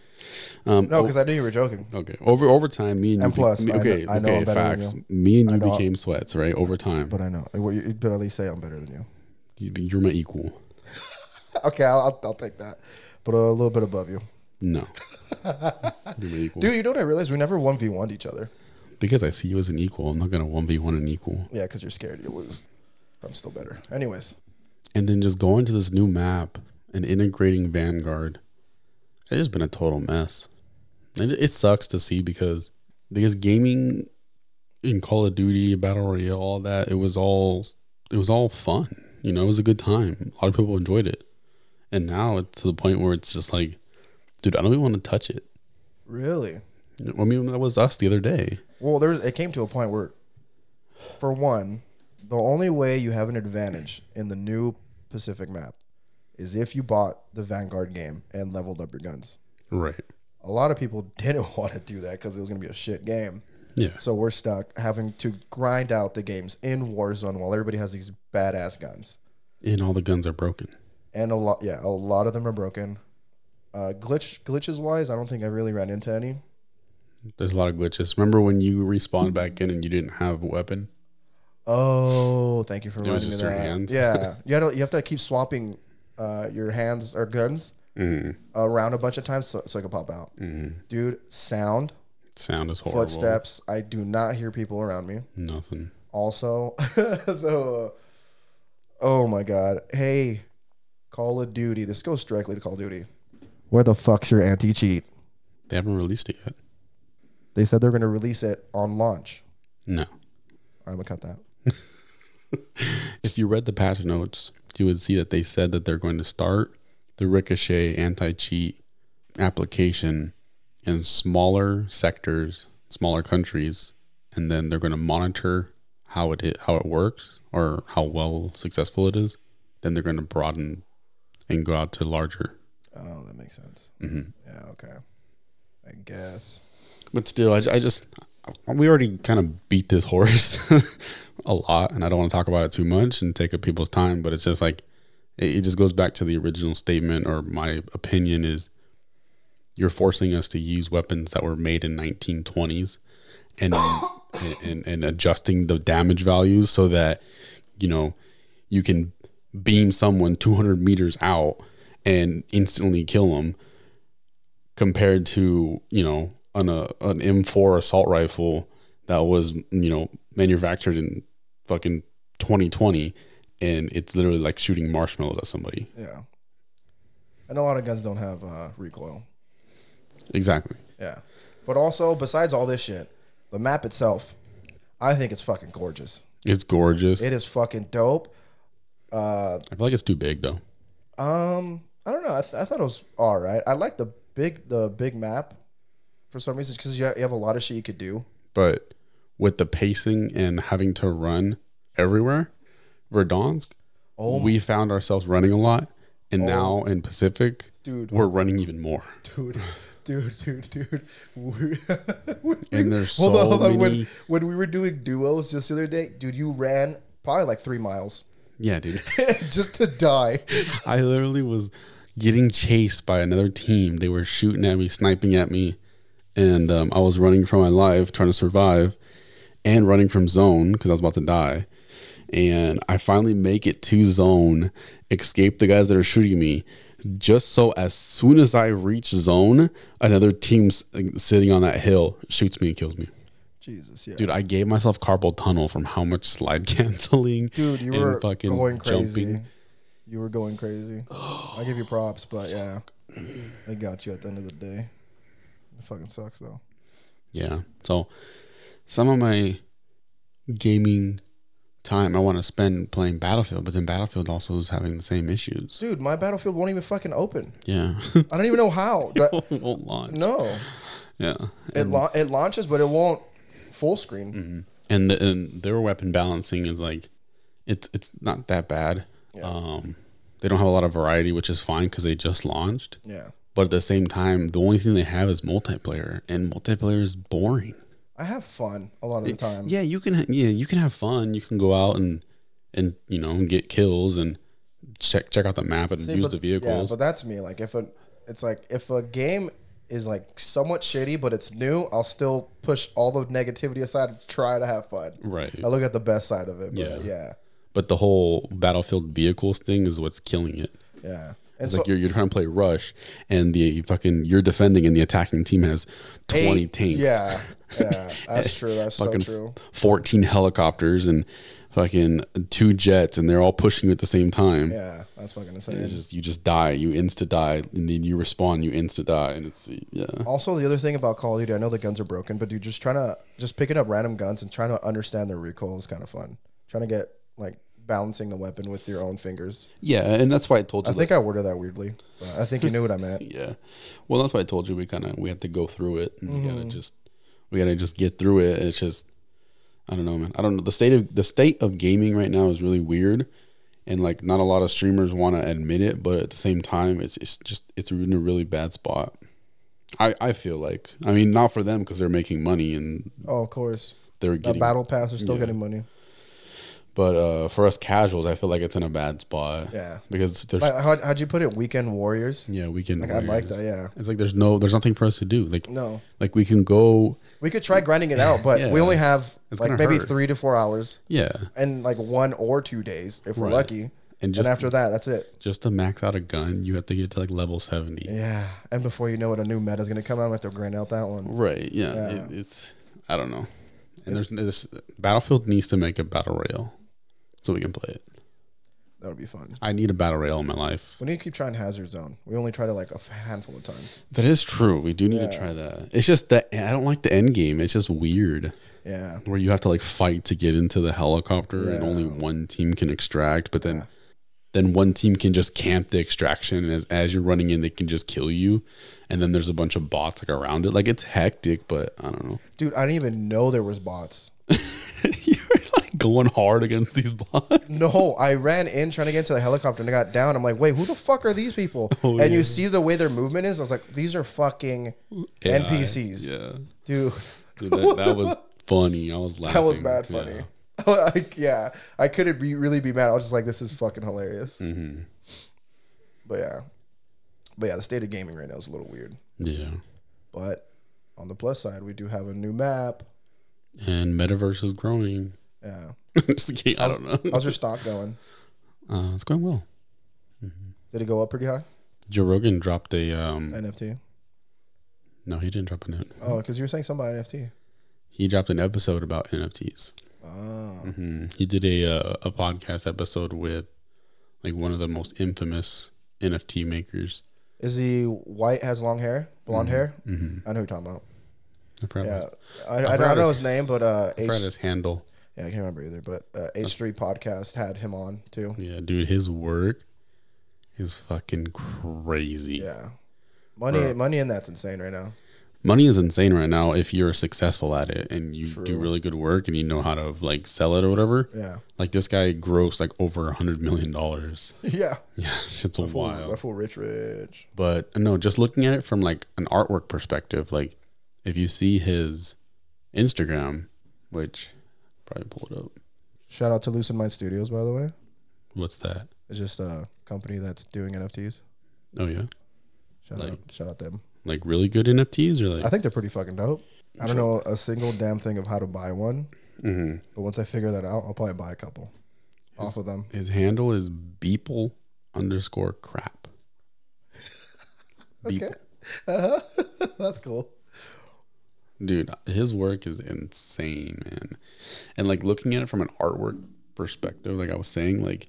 S2: Um,
S1: No, because I knew you were joking.
S2: Okay. Over over time, me and you.
S1: And plus,
S2: me,
S1: I
S2: okay,
S1: kn- I know
S2: okay,
S1: I'm better than
S2: facts. Me and
S1: I
S2: you
S1: know-
S2: became sweats, right? Over time,
S1: But I know. Well, you you better at least say I'm better than you. [laughs]
S2: you, you're my equal.
S1: Okay, I'll, I'll, I'll take that. But a little bit above you. [laughs]
S2: No, you're my equal.
S1: Dude, you know what I realized? We never 1v1'd each other.
S2: Because I see you as an equal, I'm not gonna one v one an equal.
S1: Yeah, because you're scared you lose. I'm still better. Anyways,
S2: And then just going to this new map and integrating Vanguard, it has been a total mess. And it, it sucks to see because because gaming in Call of Duty, Battle Royale, all that, it was all it was all fun. You know, it was a good time. A lot of people enjoyed it. And now it's to the point where it's just like, dude, I don't even want to touch it.
S1: really?
S2: You know, I mean, that was us the other day.
S1: Well, there was, it came to a point where, for one, the only way you have an advantage in the new Pacific map is if you bought the Vanguard game and leveled up your guns.
S2: Right.
S1: A lot of people [laughs] didn't want to do that because it was going to be a shit game.
S2: Yeah.
S1: So we're stuck having to grind out the games in Warzone while everybody has these badass guns.
S2: And all the guns are broken.
S1: And a lot, yeah, a lot of them are broken. Uh, glitch glitches wise, I don't think I really ran into any.
S2: There's a lot of glitches. Remember when you respawned back in and you didn't have a weapon?
S1: Oh, thank you for reminding me
S2: just
S1: that.
S2: your hands.
S1: Yeah, you, had to, you have to keep swapping uh, your hands or guns
S2: Mm-hmm.
S1: around a bunch of times so, so it can pop out. Dude, sound,
S2: Sound is Mm-hmm. horrible.
S1: footsteps. I do not hear people around me.
S2: Nothing.
S1: Also, [laughs] the oh my god, hey, Call of Duty. This goes directly to Call of Duty. Where the fuck's your anti cheat?
S2: They haven't released it yet.
S1: They said they're going to release it on launch.
S2: No.
S1: All right, I'm gonna cut that.
S2: If you read the patch notes, you would see that they said that they're going to start the Ricochet anti cheat application in smaller sectors, smaller countries, and then they're going to monitor how it i- how it works or how well successful it is. Then they're going to broaden and go out to larger.
S1: Oh, that makes sense.
S2: Mm-hmm.
S1: Yeah, okay. I guess.
S2: But still, I, I just we already kind of beat this horse [laughs] a lot, and I don't want to talk about it too much and take up people's time. But it's just like it, it just goes back to the original statement, or my opinion is you're forcing us to use weapons that were made in 1920s, and and, and adjusting the damage values so that you know you can beam someone 200 meters out and instantly kill them compared to you know an uh, an M4 assault rifle that was you know manufactured in fucking 2020 and it's literally like shooting marshmallows at somebody.
S1: Yeah. And a lot of guns don't have uh, recoil.
S2: Exactly.
S1: Yeah. But also, besides all this shit, the map itself, I think it's fucking gorgeous.
S2: It's gorgeous.
S1: It is fucking dope. Uh,
S2: I feel like it's too big though.
S1: Um, I don't know. I, th- I thought it was all right. I like the big the big map for some reason because you, ha- you have a lot of shit you could do. [laughs]
S2: But with the pacing and having to run everywhere, Verdansk,
S1: Oh
S2: we found ourselves running a lot, and now in Pacific,
S1: Dude.
S2: we're running even more.
S1: Dude, dude, dude, dude. [laughs] We- when
S2: And
S1: we-
S2: there's
S1: hold
S2: so
S1: on, hold on. When,
S2: many-
S1: when we were doing duos just the other day, dude, you ran probably like three miles [laughs]
S2: Yeah, dude.
S1: just to die.
S2: I literally was getting chased by another team. They were shooting at me, sniping at me, and um, I was running for my life, trying to survive, and running from zone because I was about to die. And I finally make it to zone, escape the guys that are shooting me. Just so as soon as I reach zone, another team's like, sitting on that hill shoots me and kills me.
S1: Jesus, yeah.
S2: Dude, I gave myself carpal tunnel from how much slide [laughs] canceling.
S1: Dude, you
S2: and
S1: were going crazy. You were going crazy. I give you props, but yeah, they got you at the end of the day. It fucking sucks though.
S2: Yeah. So some of my gaming time I want to spend playing Battlefield, but then Battlefield also is having the same issues.
S1: Dude, my battlefield won't even fucking open.
S2: Yeah. [laughs]
S1: I don't even know how. But-
S2: It won't launch.
S1: no,
S2: Yeah.
S1: it la- it launches, but it won't full screen.
S2: And the, and their weapon balancing is like it's it's not that bad. Um they don't have a lot of variety, which is fine because they just launched.
S1: Yeah,
S2: But at the same time, the only thing they have is multiplayer, and multiplayer is boring.
S1: I have fun a lot of the time.
S2: yeah you can yeah you can have fun you can go out and and you know and get kills and check check out the map and
S1: See,
S2: use
S1: but-
S2: the vehicles
S1: Yeah, but that's me. Like if a, it's like if a game is like somewhat shitty, but it's new, I'll still push all the negativity aside and try to have fun.
S2: Right.
S1: I look at the best side of it. But yeah.
S2: Yeah.
S1: Yeah.
S2: but the whole battlefield vehicles thing is what's killing it
S1: Yeah. And
S2: it's
S1: so
S2: like you're, you're trying to play rush and the fucking you're defending and the attacking team has 20
S1: eight-
S2: tanks
S1: Yeah. Yeah.
S2: [laughs]
S1: That's true. That's so
S2: fucking
S1: true.
S2: 14 helicopters and fucking two jets and they're all pushing you at the same time
S1: Yeah. That's fucking
S2: It's
S1: insane.
S2: just you just die you insta die and then you respawn you insta die and it's yeah
S1: Also, the other thing about Call of Duty, I know the guns are broken, but dude, just trying to just picking up random guns and trying to understand their recoil is kind of fun. Trying to get like balancing the weapon with your own fingers.
S2: yeah and that's why i told you
S1: I
S2: like,
S1: think I worded that weirdly. But I think you knew what I
S2: [laughs]
S1: meant.
S2: Yeah. Well, that's why I told you we kind of we had to go through it, and we
S1: Mm-hmm.
S2: gotta just we gotta just get through it. It's just I don't know, man. I don't know. The state of the state of gaming right now is really weird, and like not a lot of streamers want to admit it, but at the same time, it's it's just it's in a really bad spot. I I feel like I mean not for them because they're making money and
S1: Oh, of course.
S2: they're
S1: The
S2: getting
S1: battle pass are still
S2: yeah.
S1: getting money.
S2: but uh for us casuals, I feel like it's in a bad spot.
S1: Yeah.
S2: because there's
S1: Like, how, how'd you put it? Weekend warriors.
S2: yeah we can.
S1: Like, I like that. Yeah.
S2: It's like there's no there's nothing for us to do. Like
S1: No.
S2: like we can go
S1: We could try grinding it out, but
S2: Yeah.
S1: we only have
S2: It's
S1: like
S2: gonna
S1: maybe
S2: hurt.
S1: three to four hours
S2: yeah
S1: and like one or two days if we're
S2: Right.
S1: lucky. And,
S2: And just-
S1: after that, that's it.
S2: just to max out a gun, you have to get to like level 70.
S1: Yeah. And before you know it, a new meta is going to come out. I'm going to have to grind out that one.
S2: Right. Yeah.
S1: Yeah.
S2: It, it's, I don't know. And there's, there's, Battlefield needs to make a battle royale so we can play it.
S1: That would be fun.
S2: I need a battle royale in my life.
S1: We need to keep trying Hazard Zone. We only tried it like a handful of times.
S2: That is true. We do need to
S1: Yeah.
S2: try that. It's just that I don't like the end game. It's just weird
S1: Yeah.
S2: where you have to like fight to get into the helicopter and only one team can extract, but then. Then one team can just camp the extraction, and as, as you're running in, they can just kill you. And then there's a bunch of bots like around it. Like it's hectic, but I
S1: [laughs]
S2: don't know.
S1: Dude, I didn't even know there was bots.
S2: you were like going hard against these
S1: [laughs]
S2: bots.
S1: No, I ran in trying to get into the helicopter and I got down. I'm like, wait, who the fuck are these people?
S2: [laughs] Oh,
S1: and you
S2: yeah.
S1: see the way their movement is. I was like, these are fucking NPCs.
S2: Yeah.
S1: Dude,
S2: Dude, that, that was funny. I was laughing.
S1: that was bad funny.
S2: Yeah.
S1: [laughs] like, yeah, I couldn't be really be mad. I was just like, this is fucking hilarious. But yeah, but yeah, the state of gaming right now is a little weird.
S2: Yeah.
S1: But on the plus side, we do have a new map.
S2: And metaverse is growing. [laughs]
S1: Yeah,
S2: just kidding.
S1: [laughs]
S2: I don't know.
S1: how's your stock going?
S2: Uh, it's going well.
S1: Did it go up pretty high?
S2: Joe Rogan dropped a. Um,
S1: NFT.
S2: no, he didn't drop an.
S1: Oh, because you were saying something about NFT.
S2: He dropped an episode about NFTs.
S1: Ah. Mm-hmm.
S2: Mhm. He did a uh, a podcast episode with like one of the most infamous NFT makers.
S1: Is he white? Has long hair, blonde hair? I know who you're talking about.
S2: I
S1: Mm-hmm.
S2: forgot,
S1: Yeah,
S2: his,
S1: I, I,
S2: forgot
S1: don't know
S2: his-
S1: his name, but uh,
S2: I
S1: H,
S2: forgot his handle.
S1: yeah, I can't remember either. But uh, H three podcast had him on too.
S2: Yeah, dude, his work is fucking crazy.
S1: Yeah, money, money, and that's insane right now.
S2: Money is insane right now if you're successful at it and you do really good work and you know how to like sell it or whatever.
S1: Yeah,
S2: Like this guy grossed like over a hundred million dollars.
S1: [laughs]
S2: [laughs]
S1: yeah.
S2: Yeah, shit's a
S1: Wow, I
S2: wild.
S1: feel rich, rich.
S2: But no, just looking at it from like an artwork perspective, like if you see his Instagram, which probably pull it up.
S1: Shout out to Lucid Mind Studios, by the way.
S2: What's that?
S1: It's just a company that's doing NFTs.
S2: Oh yeah,
S1: Shout out, shout out them.
S2: like really good NFTs or like
S1: I think they're pretty fucking dope. I don't know a single damn thing of how to buy one,
S2: Mhm.
S1: but once I figure that out, I'll probably buy a couple off of them.
S2: his handle is Beeple underscore crap. Beeple.
S1: [laughs] that's cool.
S2: dude his work is insane man and like looking at it from an artwork perspective like i was saying like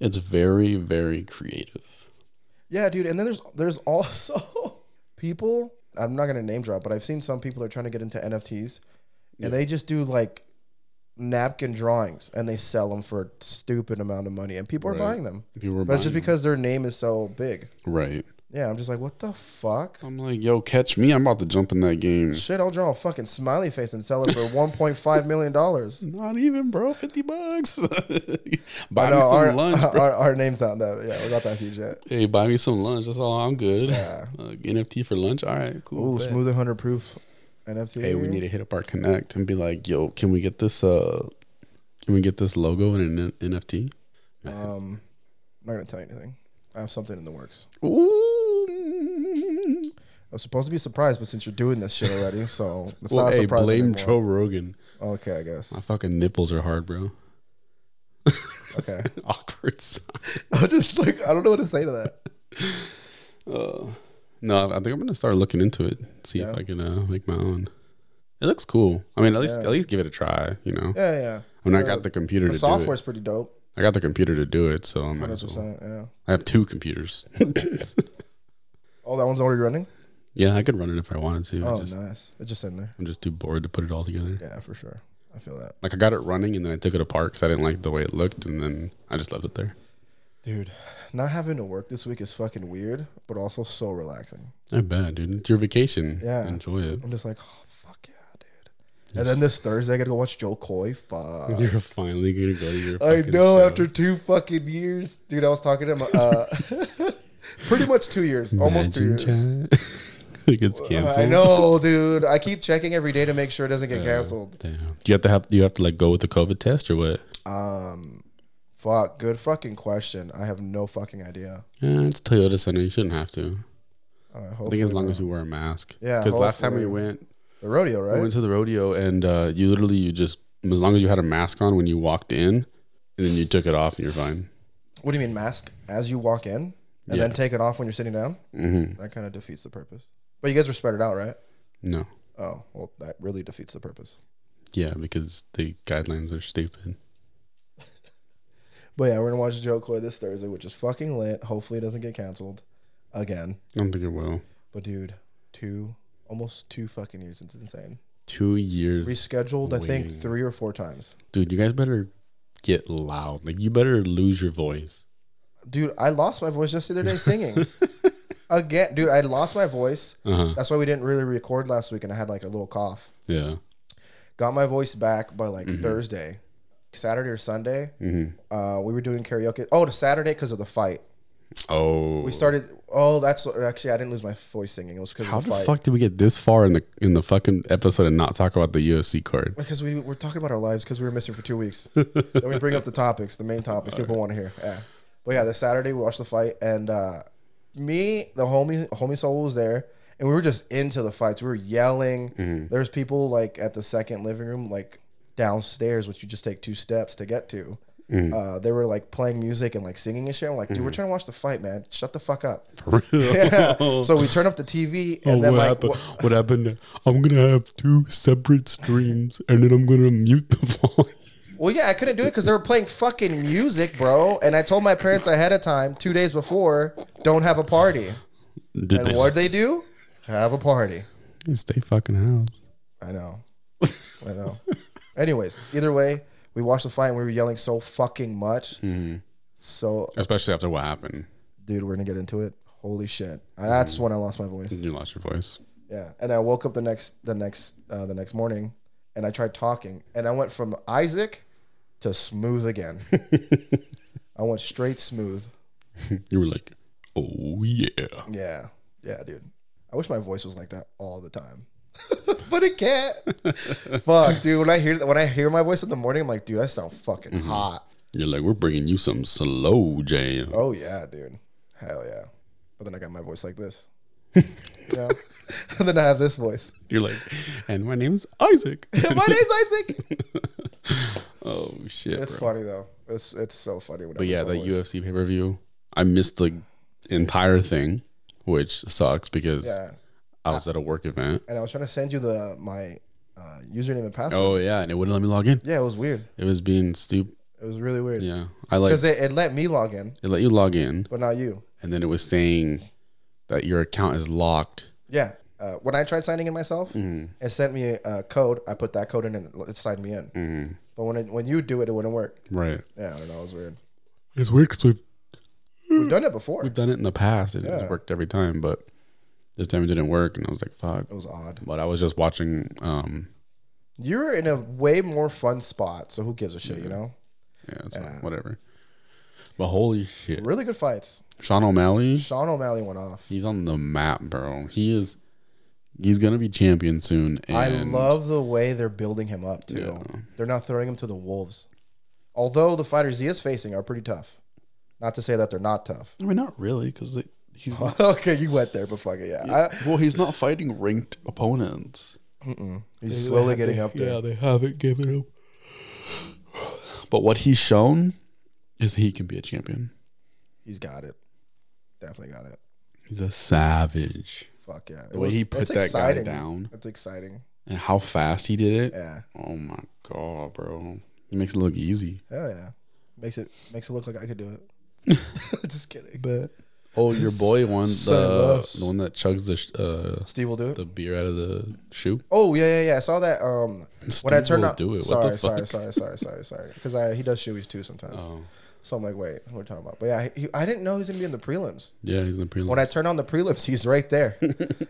S2: it's very very creative
S1: Yeah, dude. And then there's there's [laughs] also people. I'm not gonna name drop, but I've seen some people that are trying to get into NFTs, and they just do like napkin drawings and they sell them for a stupid amount of money, and people are buying them.
S2: people were
S1: But it's just
S2: buying
S1: because their name is so big.
S2: right
S1: Yeah, I'm just like, what the fuck?
S2: i'm like yo catch me i'm about to jump in that game
S1: Shit, I'll draw a fucking smiley face and sell it
S2: [laughs]
S1: for 1.5 million dollars.
S2: not even bro 50 bucks [laughs] buy
S1: No,
S2: me some
S1: our,
S2: lunch [laughs] bro.
S1: our our name's not that. Yeah, we're not that huge yet.
S2: hey buy me some lunch that's all i'm good [laughs] uh, nft for lunch all right cool
S1: Ooh,
S2: bet.
S1: smoothie hunter proof NFT.
S2: hey we need to hit up our connect and be like yo can we get this uh can we get this logo in an nft
S1: Um, I'm not gonna tell you anything. I have something in the works.
S2: Ooh.
S1: I was supposed to be surprised, but since you're doing this shit already, so it's
S2: Well,
S1: not a
S2: hey,
S1: surprise
S2: blame Joe
S1: anymore.
S2: Rogan.
S1: Okay, I guess.
S2: My fucking nipples are hard, bro. [laughs]
S1: Okay,
S2: Awkward. [laughs] sigh.
S1: [laughs] I'm just like I don't know what to say to that.
S2: no, I I think I'm gonna start looking into it. See if
S1: Yeah.
S2: I can uh, make my own. It looks cool. I mean, at least
S1: Yeah.
S2: at least give it a try. You know,
S1: Yeah, yeah.
S2: I mean, I got the computer
S1: The
S2: to
S1: software's
S2: do
S1: pretty dope.
S2: it. I got the computer to do it, so I might as well.
S1: 100%. Yeah.
S2: I have two computers. [laughs]
S1: Oh, that one's already running.
S2: yeah, I could run it if I wanted to. I
S1: Oh,
S2: just,
S1: nice. It's just in there.
S2: I'm just too bored to put it all together.
S1: Yeah, for sure. I feel that,
S2: Like I got it running, and then I took it apart because I didn't like the way it looked, and then I just left it there.
S1: dude. Not having to work this week is fucking weird, but also so relaxing.
S2: I bet, dude. It's your vacation.
S1: Yeah.
S2: enjoy it.
S1: I'm just like, oh fuck yeah, dude. And then this Thursday, I gotta go watch Joe Coy. Fuck.
S2: [laughs] You're finally gonna go to your.
S1: Uh, I
S2: fucking
S1: know
S2: show.
S1: after two fucking years, dude. I was talking to him. Uh, [laughs] pretty much two years, almost two years.
S2: Imagine chat. [laughs] it gets canceled.
S1: I know, dude. I keep checking every day to make sure it doesn't get canceled.
S2: Damn. Do you have to have? Do you have to like go with the COVID test or what?
S1: Um, Fuck. Good fucking question. I have no fucking idea.
S2: Yeah, it's Toyota Center. You shouldn't have to.
S1: All right,
S2: I think
S1: hopefully
S2: as long
S1: not.
S2: as you wear a mask.
S1: Yeah,
S2: Because last time we
S1: hopefully.
S2: went,
S1: the rodeo,
S2: we
S1: right?
S2: went to the rodeo, and uh, you literally you just as long as you had a mask on when you walked in, and then you took it off and you're fine.
S1: What do you mean mask? As you walk in and then
S2: Yeah.
S1: take it off when you're sitting down.
S2: Mm-hmm.
S1: That kind of defeats the purpose. But you guys were spread it out, right?
S2: No.
S1: Oh, well, that really defeats the purpose.
S2: Yeah, because the guidelines are stupid.
S1: But yeah, we're gonna watch Joe Coy this Thursday, which is fucking lit. Hopefully, it doesn't get canceled again.
S2: I don't think it will.
S1: But dude, two almost two fucking years. It's insane.
S2: Two years.
S1: Rescheduled, I
S2: Waiting.
S1: think three or four times.
S2: dude you guys better get loud like you better lose your voice
S1: Dude, I lost my voice just the other day singing. Again, dude, I lost my voice.
S2: uh-huh
S1: That's why we didn't really record last week, and I had like a little cough.
S2: yeah
S1: Got my voice back by like Thursday, Saturday or Sunday. Uh, we were doing karaoke. Oh, to Saturday because of the fight.
S2: oh
S1: We started. Oh, that's actually I didn't lose my voice singing. It was because
S2: how
S1: of the
S2: the
S1: fight.
S2: fuck did we get this far in the in the fucking episode and not talk about the ufc card
S1: Because we were talking about our lives because we were missing for two weeks. then we bring up the topics, the main topics people want to hear. Yeah. But yeah, this Saturday we watched the fight, and uh, me, the homie, homie soul was there, and we were just into the fights. We were yelling.
S2: Mm-hmm.
S1: There's people like at the second living room, like downstairs, which you just take two steps to get to.
S2: Mm-hmm.
S1: Uh, they were like playing music and like singing and shit. I'm like, dude, we're trying to watch the fight, man. Shut the fuck up.
S2: [laughs] For real.
S1: Yeah. [laughs] so we turn up the TV and
S2: Oh,
S1: then
S2: what,
S1: like
S2: happened,
S1: wha-
S2: what happened? I'm gonna have two separate streams, and then I'm gonna mute the volume.
S1: Well, yeah, I couldn't do it because they were playing fucking music, bro. And I told my parents ahead of time, two days before, don't have a party.
S2: Did
S1: And what they do? Have a party.
S2: they [laughs] stay fucking house?
S1: I know. I know. Anyways, either way, we watched the fight and we were yelling so fucking much. So,
S2: Especially after what happened,
S1: dude, we're gonna get into it. Holy shit! That's when I lost my voice.
S2: you lost your voice.
S1: Yeah, and I woke up the next the next uh, the next morning, and I tried talking, and I went from Isaac to smooth again. I went straight smooth.
S2: You were like, "Oh yeah."
S1: Yeah. Yeah, dude. I wish my voice was like that all the time. [laughs] but it can't.
S2: [laughs]
S1: Fuck, dude. When I hear when I hear my voice in the morning, I'm like, dude, I sound fucking
S2: Mm-hmm.
S1: hot.
S2: You're like, "We're bringing you some slow jam."
S1: Oh yeah, dude. Hell yeah. But then I got my voice like
S2: [laughs]
S1: this. You know? and then I have this voice.
S2: You're like, "And my name's Isaac."
S1: [laughs] my name's Isaac.
S2: oh shit,
S1: It's
S2: bro.
S1: funny though. It's it's so funny when I
S2: But yeah,
S1: lose my
S2: that
S1: voice.
S2: UFC pay per view, I missed the entire thing, which sucks because
S1: Yeah.
S2: I was at a work event.
S1: And I was trying to send you the my uh, username and password.
S2: Oh yeah, and it wouldn't let me log in.
S1: Yeah, it was weird.
S2: It was being stupid.
S1: It was really weird.
S2: Yeah, I like
S1: Because it, it let me log in,
S2: it let you log in.
S1: but not you.
S2: and then it was saying that your account is locked.
S1: Yeah. Uh, when I tried signing in myself, it sent me a, a code. I put that code in and it signed me in. But when it, when you do it, it wouldn't work.
S2: Right.
S1: Yeah, I don't know. It was weird.
S2: It's weird because we've,
S1: We've done it before.
S2: Mm. we've
S1: It
S2: done it in the past and
S1: Yeah.
S2: it's worked every time, but this time it didn't work. And I was like, fuck.
S1: was odd.
S2: But I was just watching. Um,
S1: You're in a way more fun spot, so who gives a shit, you know?
S2: yeah, it's like, whatever. But holy shit.
S1: Really good fights.
S2: Sean O'Malley,
S1: Sean O'Malley went off.
S2: he's on the map, bro. He is, he's going to be champion soon. And
S1: I love the way they're building him up too. They're not throwing him to the wolves. Although the fighters he is facing are pretty tough. Not to say that they're not tough. [laughs]
S7: I mean, not really, because he's not.
S1: okay, you went there, but fuck it, yeah.
S2: Uh,
S1: I,
S7: Well, he's not fighting ranked opponents.
S1: he's slowly getting up there.
S7: Yeah, they haven't given up. But what he's shown is he can be a champion.
S1: He's got it. Definitely got it.
S2: He's a savage.
S1: Fuck yeah. It
S2: The way he put
S1: it's
S2: that guy down.
S1: It's exciting.
S2: And how fast he did it.
S1: Yeah.
S2: Oh my God, bro. He makes it look easy.
S1: Hell yeah. Makes it makes it look like I could do
S2: [laughs]
S1: it. Just kidding.
S7: But
S2: Oh, your boy won the,
S1: Sunglass.
S2: the one that chugs the sh- uh,
S1: Steve will do it.
S2: the beer out of the shoe.
S1: oh yeah, yeah, yeah. I saw that um when I
S2: Steve
S1: turned
S2: will
S1: on
S2: do it. What
S1: sorry,
S2: the
S1: sorry,
S2: fuck? Oh.
S1: sorry, sorry, sorry, sorry. Because I he does shoeies too sometimes. So I'm like, wait, what are we talking about? But yeah, he, I didn't know he was gonna be in the prelims.
S2: Yeah, he's in the prelims.
S1: When I turned on the prelims, he's right
S2: [laughs]
S1: there.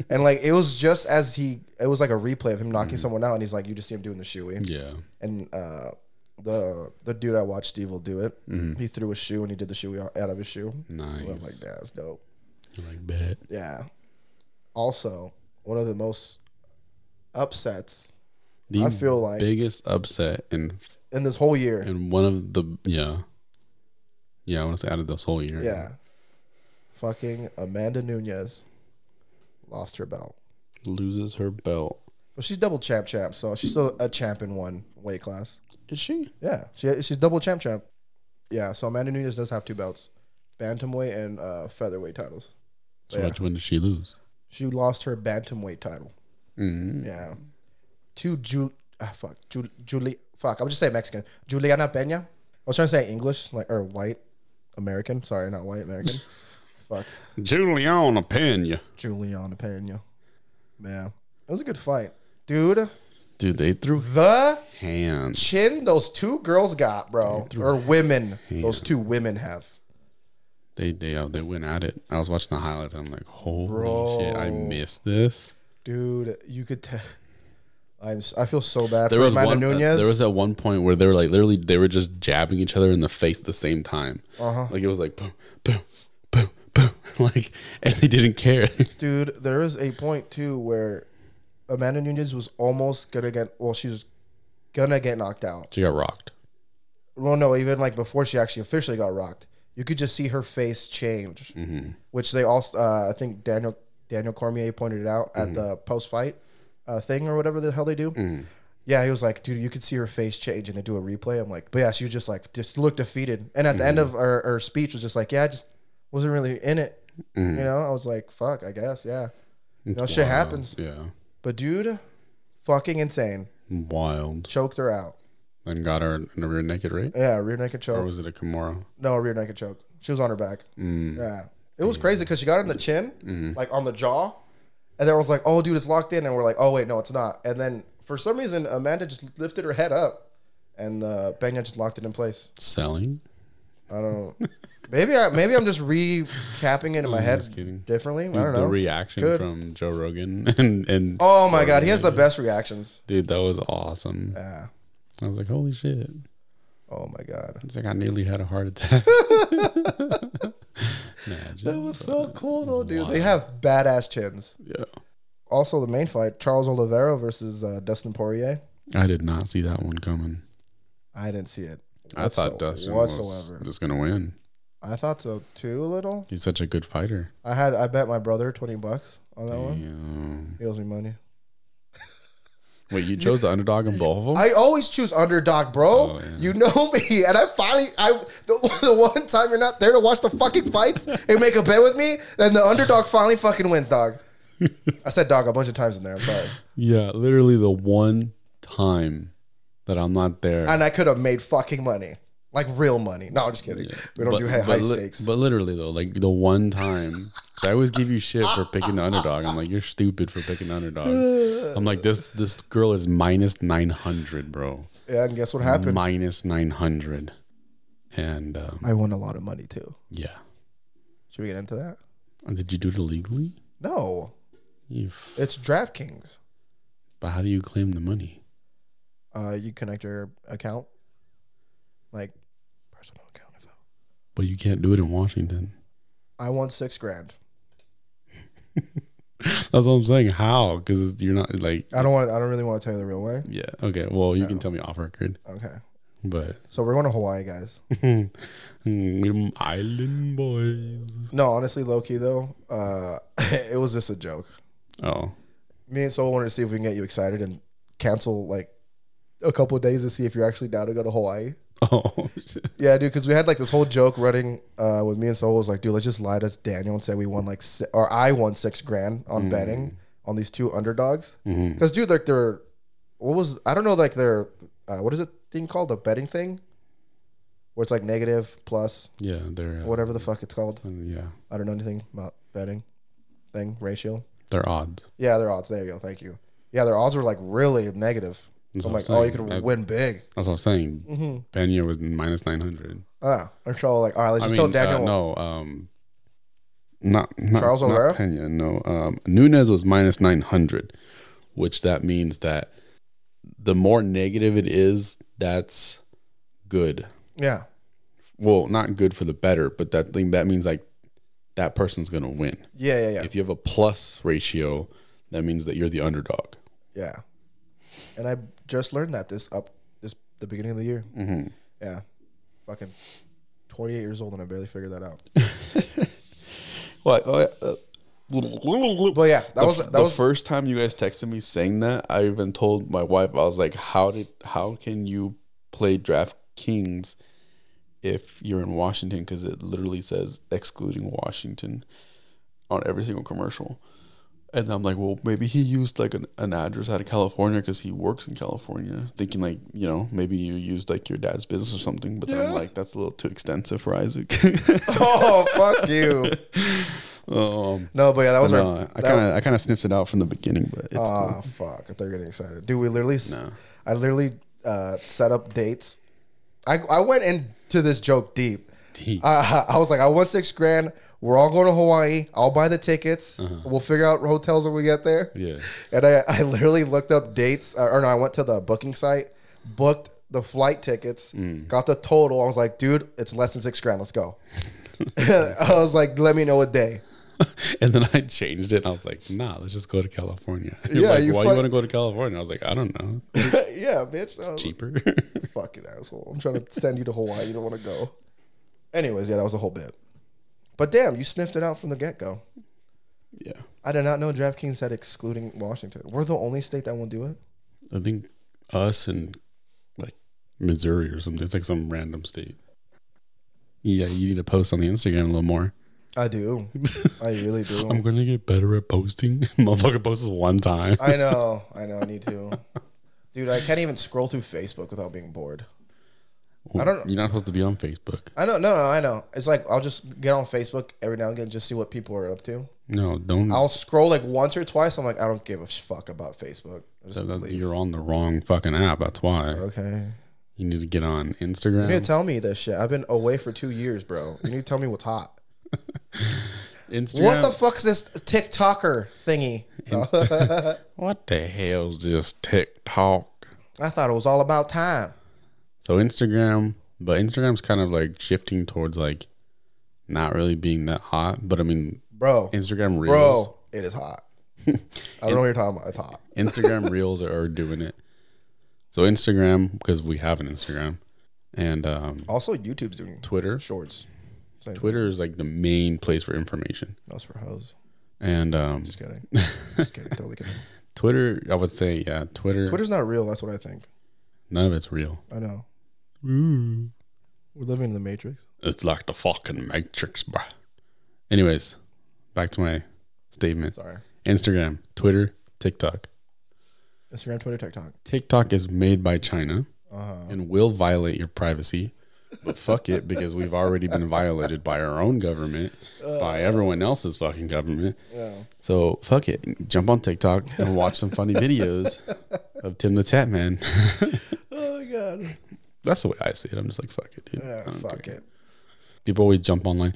S1: and like it was just as he it was like a replay of him knocking
S2: Mm.
S1: someone out and he's like, You just see him doing the shoey.
S2: yeah,
S1: and uh, the the dude I watched, Steve, will do it. He threw a shoe and he did the shoe out of his shoe.
S2: nice.
S1: I was like, yeah, that's dope.
S2: You're like bet.
S1: Yeah. Also, one of the most upsets
S2: The
S1: I feel like-
S2: biggest upset and
S1: in this whole year.
S2: and one of the yeah, yeah. I want to say out of this whole year.
S1: yeah. Fucking Amanda Nunez lost her belt.
S2: loses her belt.
S1: But she's double champ champ, so she's still a champ in one weight class.
S7: is she?
S1: Yeah, she, she's double champ champ. Yeah, so Amanda Nunez does have two belts, bantamweight and uh, featherweight titles.
S2: So
S1: Yeah.
S2: which one does she lose?
S1: She lost her bantamweight title.
S2: Mm-hmm.
S1: Yeah. To Ju ah, fuck Ju- Julie fuck I'll just say Mexican Juliana Pena. I was trying to say English like or white American. Sorry, not white American.
S2: [laughs]
S1: fuck
S2: Juliana Pena.
S1: Juliana Pena. Man, it was a good fight, dude.
S7: Dude, they threw.
S1: The
S2: Hands.
S1: chin those two girls got, bro, or women. Those two women have.
S2: They they uh, they went at it. I was watching the highlights. and I'm like, holy shit! I
S1: Bro.
S2: missed this.
S1: Dude, you could tell. I'm. s- I feel so bad
S2: There
S1: for
S2: was
S1: Amanda
S2: one. uh,
S1: Nunez.
S2: there was at one point where they were like literally they were just jabbing each other in the face at the same time.
S1: Uh-huh.
S2: Like it was like boom, boom, boom, boom. [laughs] Like and they didn't care. [laughs]
S1: Dude, there is a point too where Amanda Nunez was almost gonna get well, she was gonna get knocked out.
S2: she got rocked.
S1: Well, no, even like before she actually officially got rocked, you could just see her face change, which they also uh, I think Daniel Daniel Cormier pointed it out at the post fight uh, thing or whatever the hell they do. Yeah, he was like, dude, you could see her face change, and they do a replay. I'm like, but yeah, she was just like, just looked defeated. And at the end of her, her speech, was just like, yeah, I just wasn't really in it. You know, I was like, fuck, I guess, yeah. You know, shit happens.
S2: Yeah.
S1: But dude, fucking insane.
S2: Wild.
S1: Choked her out.
S2: Then got her in a rear naked rape?
S1: Yeah, rear naked
S2: Or
S1: choke.
S2: was it a Kimura?
S1: no, rear naked choke. She was on her back. Yeah, it was crazy because she got it in the chin, like on the jaw, and then I was like, "Oh, dude, it's locked in," and we're like, "Oh, wait, no, it's not." And then for some reason, Amanda just lifted her head up, and uh, Benya just locked it in place.
S2: Selling?
S1: I don't. [laughs] maybe I maybe I'm just recapping it in my head
S2: just kidding.
S1: differently. I don't know.
S2: The reaction
S1: Good.
S2: from Joe Rogan [laughs] and and
S1: oh my god, he has the best reactions.
S2: dude, that was awesome.
S1: Yeah.
S2: I was like, holy shit!
S1: Oh my god,
S2: It's like I nearly had a heart
S1: [laughs]
S2: attack. Imagine.
S1: that was so cool though, dude. They have badass chins.
S2: yeah.
S1: Also, the main fight: Charles Oliveira versus uh, Dustin Poirier.
S2: I did not see that one coming.
S1: I didn't see it.
S2: I thought
S1: whatso-
S2: Dustin
S1: whatsoever.
S2: was just gonna win.
S1: I thought so too. A little.
S2: He's such a good fighter.
S1: I had. I bet my brother twenty bucks on that one.
S2: Damn.
S1: He owes me money.
S2: Wait, you chose the underdog in both of them?
S1: I always choose underdog, bro.
S2: Oh, yeah.
S1: You know me, [laughs] and I finally, I the, [laughs] the one time you're not there to watch the fucking fights and make a bet with me, then the underdog finally fucking wins,
S2: [laughs]
S1: dog. I said dog a bunch of times in there. I'm sorry,
S2: yeah, literally the one time that I'm not there.
S1: and I could have made fucking money, like real money. No, I'm just kidding. We don't do high, high
S2: li-
S1: stakes.
S2: But literally though, like the one time I always give you shit for picking the underdog. I'm like, you're stupid for picking the underdog. I'm like, this this girl is minus nine hundred, bro.
S1: yeah, and guess what happened?
S2: Minus nine hundred, and um,
S1: I won a lot of money too.
S2: yeah.
S1: Should we get into that?
S2: Uh, Did you do it illegally?
S1: No,
S2: You f-
S1: it's DraftKings.
S2: but how do you claim the money?
S1: uh, you connect your account, like personal account. If I-
S2: But you can't do it in Washington.
S1: I won six grand.
S2: That's what I'm saying. How? Because you're not like
S1: I don't want. I don't really want to tell you the real way.
S2: yeah. Okay. Well, you can tell me off record,
S1: Okay, [laughs]
S2: but [laughs]
S1: so we're going to Hawaii, guys.
S2: Mm, island boys.
S1: no, honestly, low key though, uh, [laughs] it was just a joke.
S2: Oh,
S1: Me and Soul wanted to see if we can get you excited and cancel like a couple of days to see if you're actually down to go to Hawaii.
S2: [laughs] oh. shit.
S1: Yeah, dude, because we had like this whole joke running uh, with me and Soul was like, dude, let's just lie to Daniel and say we won like, si- or I won six grand on betting on these two underdogs. Because, dude, like they're, what was, I don't know, like they're, uh, what is it thing called? The betting thing? Where it's like negative, plus,
S2: Yeah, they're uh,
S1: whatever the fuck it's called.
S2: Yeah,
S1: I don't know anything about betting thing, ratio.
S2: they're odds.
S1: Yeah, their odds. There you go. Thank you. Yeah, their odds were like really negative.
S2: That's
S1: So I'm like,
S2: what I'm
S1: oh, you
S2: saying.
S1: could
S2: I-
S1: win big.
S2: That's what I was saying.
S1: Mm-hmm.
S2: Banya was minus nine hundred.
S1: Ah, and so like, all right, let's
S2: I
S1: just
S2: mean,
S1: tell
S2: uh,
S1: Daniel.
S2: no, um, not, not
S1: Charles
S2: not
S1: Oliveira?
S2: Pena, no, um, Nunez was minus nine hundred, which that means that the more negative it is, that's good.
S1: Yeah.
S2: Well, not good for the better, but that thing that means like that person's gonna win.
S1: Yeah, yeah, yeah.
S2: If you have a plus ratio, that means that you're the underdog.
S1: Yeah. And I just learned that this up this the beginning of the year. Mm-hmm. Yeah. Fucking 28 years old and I barely figured that out.
S7: What? Oh, yeah, uh,
S1: But yeah, that
S7: the,
S1: was
S7: f-
S1: that
S7: the
S1: was
S7: first time you guys texted me saying that. I even told my wife, I was like, "How did? How can you play DraftKings if you're in Washington? Because it literally says excluding Washington on every single commercial." And I'm like, well, maybe he used like an, an address out of California because he works in California, thinking like, you know, maybe you used like your dad's business or something. But then I'm like, that's a little too extensive for Isaac.
S1: [laughs] Oh, fuck you.
S7: [laughs] um,
S1: No, but yeah, that was
S7: no,
S1: our
S7: I
S1: that-
S7: kind of I kind of sniffed it out from the beginning, but it's cool.
S1: Ah, fuck. I thought you were getting excited. Dude, we literally s- I literally uh, set up dates. I I went into this joke deep.
S2: Deep.
S1: Uh, I was like, I want six grand. We're all going to Hawaii. I'll buy the tickets. We'll figure out hotels when we get there.
S2: Yeah.
S4: [laughs]
S1: And I, I literally looked up dates, uh, or no, I went to the booking site, booked the flight tickets, got the total. I was like, dude, it's less than six grand. Let's go. [laughs] I was like, let me know what day.
S2: And then I changed it and I was like, nah, let's just go to California. You're
S1: Yeah,
S2: like,
S1: you
S2: why
S1: fuck-
S2: you want to go to California? I was like, I don't know.
S1: [laughs] yeah, bitch. I was- [laughs]
S2: Cheaper.
S1: fucking asshole. I'm trying to send you to Hawaii. You don't want to go. Anyways, yeah, that was the whole bit. But damn, you sniffed it out from the get go.
S7: yeah.
S1: I did not know DraftKings said excluding Washington. We're the only state that won't do it.
S2: I think
S4: us and like Missouri or something. It's like some random state. Yeah, you need to post on the Instagram a little more.
S1: I
S4: [laughs]
S1: do. I really do.
S4: I'm gonna get better
S2: [laughs]
S4: at posting. Motherfucker posts one time.
S1: I know. I know. I need to. Dude, I can't even scroll through Facebook without being bored. I don't-
S4: You're not supposed to be on Facebook.
S1: I know. No, no, I know. It's like I'll just get on Facebook every now and again, just see what people are up to.
S4: No, don't.
S1: I'll scroll like once or twice. I'm like, I don't give a fuck about Facebook. I just
S4: that- that-
S1: leave.
S4: you're on the wrong fucking app. That's why
S1: Okay.
S4: you need to get on
S1: You need
S4: Instagram.
S1: to tell me this shit. I've been away for two years, bro. You need to tell me what's hot.
S4: Instagram.
S1: What the fuck's this TikToker [laughs] thingy?
S4: what the hell's this TikTok?
S1: [laughs] I thought it was all about time.
S4: So Instagram, but Instagram's kind of like shifting towards like not really being that hot. But I mean,
S1: Bro. [laughs]
S4: Instagram Reels,
S1: Bro, it is hot. I don't know what you're talking about. It's hot.
S4: Instagram Reels are doing it. So Instagram, because we have an Instagram, and um,
S1: Also, YouTube's doing
S4: Twitter.
S1: shorts. Same.
S4: Twitter is like the main place for information,
S1: No, it's for hoes.
S4: and um,
S1: Just kidding. Just [laughs] kidding. Totally kidding.
S4: [laughs] Twitter. I would say, yeah, Twitter.
S1: Twitter's not real. That's what I think.
S4: None of it's real.
S1: I know. We're living in the Matrix.
S4: It's like the fucking Matrix, bruh. Anyways, back to my statement.
S1: Sorry.
S4: Instagram, Twitter, TikTok.
S1: Instagram, Twitter, TikTok. Uh-huh.
S4: TikTok is made by China and will violate your privacy. But fuck it, because we've already been violated by our own government, by everyone else's fucking government. So fuck it. Jump on TikTok and watch some funny videos of Tim the Tap Man. [laughs]
S1: Oh my god. Oh,
S4: That's the way I see it. I'm just like, fuck it, dude. I
S1: Yeah,
S4: don't
S1: fuck
S4: care.
S1: it.
S4: People always jump online,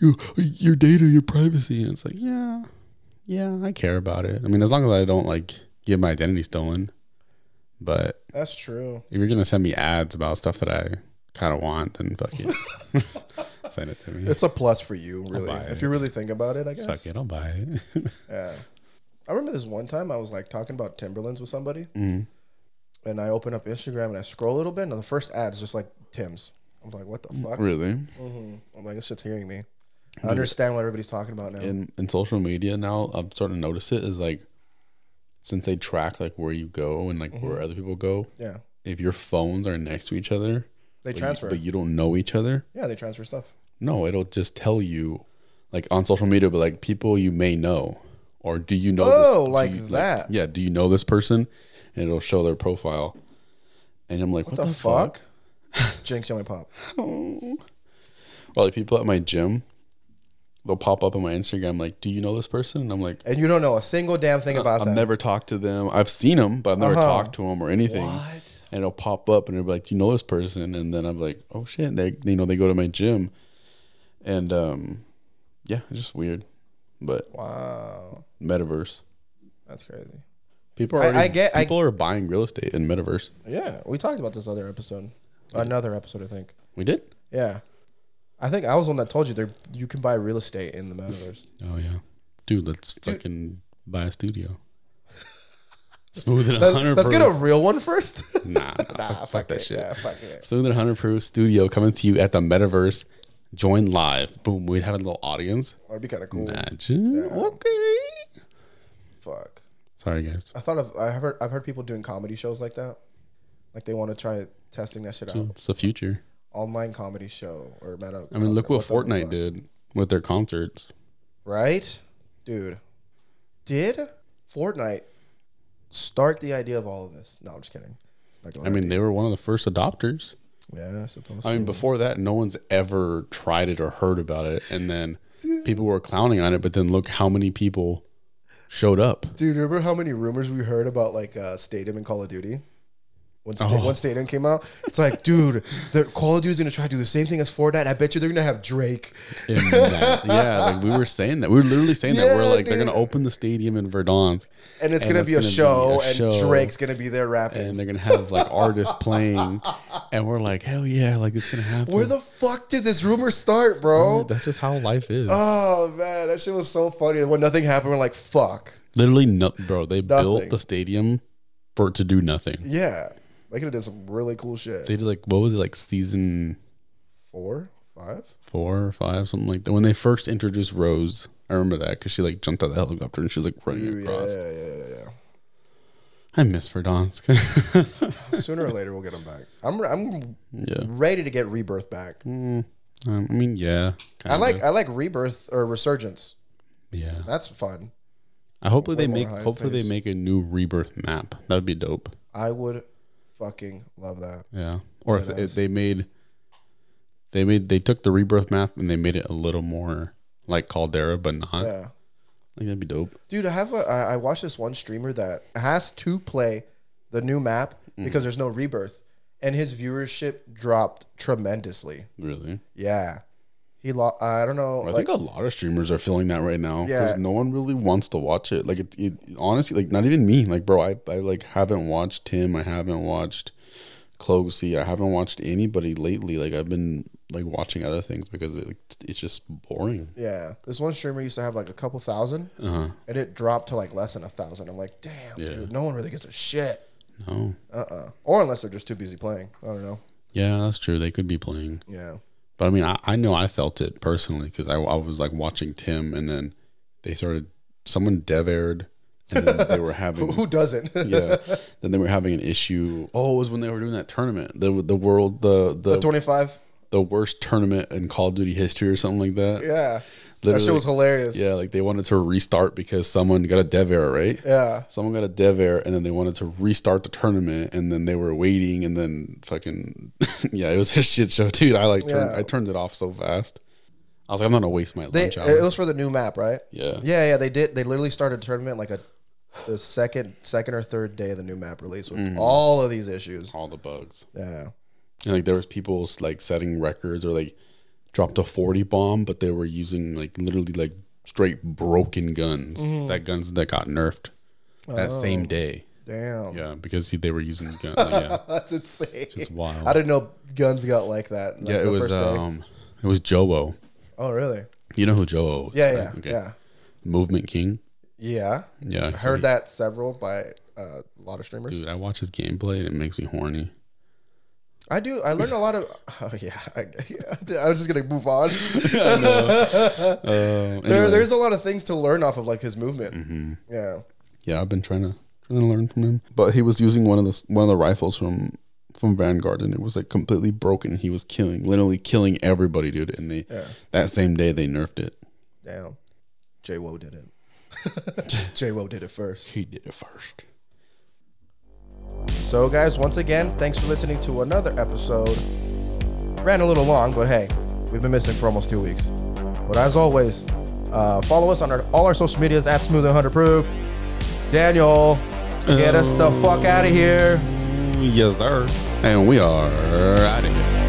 S4: your, your data, your privacy. And it's like, yeah, yeah, I care about it. I mean, as long as I don't like get my identity stolen. But
S1: That's true.
S4: If you're gonna send me ads about stuff that I kind of want, then fuck it. [laughs] send it to me.
S1: It's a plus for you, really.
S4: buy
S1: If
S4: it.
S1: you really think about it, I guess.
S4: fuck it, I'll buy it. [laughs]
S1: Yeah. I remember this one time I was like talking about Timberlands with somebody,
S2: Mm-hmm.
S1: and I open up Instagram and I scroll a little bit, and the first ad is just like Tim's. I'm like, what the fuck?
S2: Mm-hmm. Really?
S1: Mhm. I'm like, this shit's hearing me. I understand what everybody's talking about now.
S2: in in social media now i'm starting to notice it is like since they track like where you go and
S1: Mm-hmm.
S2: like where other people go
S1: yeah,
S2: if your phones are next to each other
S1: they
S2: but you-
S1: transfer.
S2: but you don't know each other
S1: yeah, they transfer stuff.
S2: no it'll just tell you like on social media but like people you may know or do you know
S1: Oh,
S2: do
S1: like
S2: you-
S1: that.
S2: yeah do you know this person and it'll show their profile and i'm like what, the, fuck?
S1: [laughs] Jinx, you only pop.
S2: well like people at my gym they'll pop up on my instagram like do you know this person and i'm like
S1: And you don't know a single damn thing about
S2: I've
S1: that.
S2: never talked to them. I've seen them, but I've never
S1: Uh-huh.
S2: talked to them or anything. And it'll pop up and it'll be like, you know this person? And then I'm like, oh shit. They, you know, they go to my gym. And um, yeah, it's just weird. But
S1: wow,
S2: metaverse.
S1: that's crazy.
S2: People are
S1: I-
S2: already,
S1: I get- I-
S2: people are buying real estate in metaverse.
S1: Yeah, we talked about this other episode, another episode, I think.
S2: We did.
S1: Yeah, I think I was the one that told you there you can buy real estate in the metaverse.
S4: oh yeah, dude, let's fucking buy a studio. [laughs] Smooth and
S1: Let's,
S4: [laughs] hundred.
S1: let's
S4: proof.
S1: get a real one first.
S4: nah, nah, [laughs] fuck, fuck that shit.
S1: Yeah, fuck it.
S4: Smooth and hundred proof studio coming to you at the metaverse. Join live. Boom. We'd have a little audience.
S1: That'd be kind of cool.
S4: Imagine. Okay.
S1: Fuck.
S4: Sorry guys.
S1: I thought of I heard I've heard people doing comedy shows like that, like they want to try testing that shit out.
S4: It's the future.
S1: Online comedy show or meta.
S4: I mean, look what
S1: the
S4: Fortnite
S1: fuck.
S4: did with their concerts.
S1: right, dude? Did Fortnite start the idea of all of this? No, I'm just kidding. It's not gonna
S4: I mean, they were one of the first adopters.
S1: be- yeah, I suppose.
S4: I mean, before that, no one's ever tried it or heard about it. And then people were clowning on it, but then look how many people showed up.
S1: Dude, remember how many rumors we heard about like uh, Stadium and Call of Duty? When, sta-
S4: Oh.
S1: when Stadium came out, it's like, dude, the Call of Duty's gonna try to do the same thing as Fortnite. I bet you they're gonna have Drake. [laughs]
S4: In that. yeah, like we were saying that. We were literally saying that. We're
S1: Yeah,
S4: like, they're going to
S1: dude.
S4: open the stadium in Verdansk.
S1: And it's
S4: And
S1: gonna
S4: it's
S1: be a
S4: gonna be
S1: show,
S4: a
S1: and
S4: show.
S1: Drake's gonna be there rapping.
S4: And they're gonna have like artists playing, and we're like, hell yeah, like it's gonna happen.
S1: Where the fuck did this rumor start, bro?
S4: That's just how life is.
S1: Oh man, that shit was so funny. When nothing happened, we're like, fuck.
S4: Literally, no, bro. They
S1: Nothing.
S4: built the stadium for it to do nothing.
S1: Yeah, they could have done some really cool shit.
S4: They did like what was it like season
S1: Four, five.
S4: four or five, something like that. When they first introduced Rose, I remember that because she like jumped out of the helicopter and she was like running
S1: Ooh, yeah,
S4: across.
S1: yeah, yeah, yeah.
S2: I miss
S4: [laughs]
S2: Verdansk.
S1: Sooner or later, we'll get him back. I'm re- I'm
S2: yeah.
S1: ready to get Rebirth back.
S2: Um, I mean, yeah.
S1: I like
S2: kinda.
S1: I like Rebirth or Resurgence.
S2: Yeah.
S1: That's fun.
S2: I hopefully they
S1: One more
S2: make.
S1: high
S2: Hopefully
S1: place.
S2: they make a new rebirth map. That would be dope.
S1: I would fucking love that.
S2: Yeah. Or if,
S1: Yeah, that
S2: if
S1: was-
S2: they made. They made. They took the rebirth map and they made it a little more like Caldera, but not. I
S1: Yeah.
S2: think that'd be dope.
S1: Dude, I have a I I watched this one streamer that has to play the new map
S2: Mm.
S1: because there's no rebirth and his viewership dropped tremendously.
S2: Really.
S1: Yeah. He lo- I don't know
S7: I
S1: like
S7: think a lot of streamers are feeling that right now because
S1: Yeah.
S7: no one really wants to watch it. Like, it, it honestly, like not even me. Like, bro, I, I like haven't watched him. I haven't watched Closey. I haven't watched anybody lately. Like, I've been like watching other things because it, it's just boring.
S1: yeah. This one streamer used to have like a couple 1000
S2: Uh huh.
S1: and it dropped to like less than a thousand. I'm like, damn,
S2: Yeah.
S1: dude, no one really gives a shit.
S2: No.
S1: Uh uh Or unless they're just too busy playing. I don't know.
S2: Yeah, that's true. They could be playing.
S1: Yeah.
S2: But I mean, I, I know I felt it personally because I, I was like watching Tim, and then they started someone dev aired,
S7: [laughs]
S2: and then they were having
S1: Who doesn't?
S2: yeah, [laughs] then they were having an issue. Oh, it was when they were doing that tournament, the the world the the
S1: the
S2: the,
S1: 25.
S2: worst tournament in Call of Duty history or something like that.
S1: Yeah. That
S2: Literally.
S1: shit was hilarious.
S2: Yeah, like they wanted to restart because someone got a dev error, right?
S1: Yeah.
S2: Someone got a dev error, and then they wanted to restart the tournament, and then they were waiting, and then fucking [laughs] yeah, it was a shit show, dude. I like turned,
S1: Yeah.
S2: I turned it off so fast. I was like, I'm not gonna waste my
S1: They,
S2: lunch hour.
S1: it was for the new map, right?
S2: Yeah.
S1: Yeah, yeah. They did. They literally started a tournament like a the second, second or third day of the new map release with
S2: Mm-hmm.
S1: all of these issues.
S2: all the bugs.
S1: Yeah.
S2: And like there was people like setting records or like dropped a 40 bomb, but they were using like literally like straight broken guns.
S1: Mm-hmm.
S2: That guns that got nerfed
S1: Oh.
S2: that same day.
S1: Damn.
S2: Yeah, because he, they were using guns. Like, yeah.
S1: [laughs] That's insane.
S2: It's wild.
S1: I didn't know guns got like that. Like
S2: yeah, it
S1: the
S2: was
S1: first day.
S2: um it was Joe.
S1: Oh, really?
S2: You know who Joe is?
S1: Yeah,
S2: right?
S1: yeah, yeah,
S2: Movement King.
S1: yeah.
S2: Yeah.
S1: I heard that several by uh, a lot of streamers.
S2: Dude, I watch his gameplay and it makes me horny.
S1: I do. I learned a lot of. [laughs] Oh yeah, I, yeah, I was just gonna move
S2: [laughs]
S1: on. [laughs]
S2: Uh,
S1: There,
S2: anyway, Mm-hmm.
S1: there's a lot of things to learn off of like his movement. Yeah.
S2: yeah, I've been trying to trying to learn from him.
S7: but he was using one of the one of the rifles from from Vanguard, and it was like completely broken. He was killing, literally killing everybody, dude. And they that same day they nerfed it.
S1: Damn. J Wo did it.
S2: [laughs]
S1: J Wo did it first.
S2: He did it first.
S1: So, guys, once again, thanks for listening to another episode. Ran a little long, but hey, we've been missing for almost two weeks. But as always, uh, follow us on our, all our social medias at Smooth and Hunter Proof. Daniel,
S2: Oh.
S1: get us the fuck out of here.
S2: Yes, sir. And we are out of here.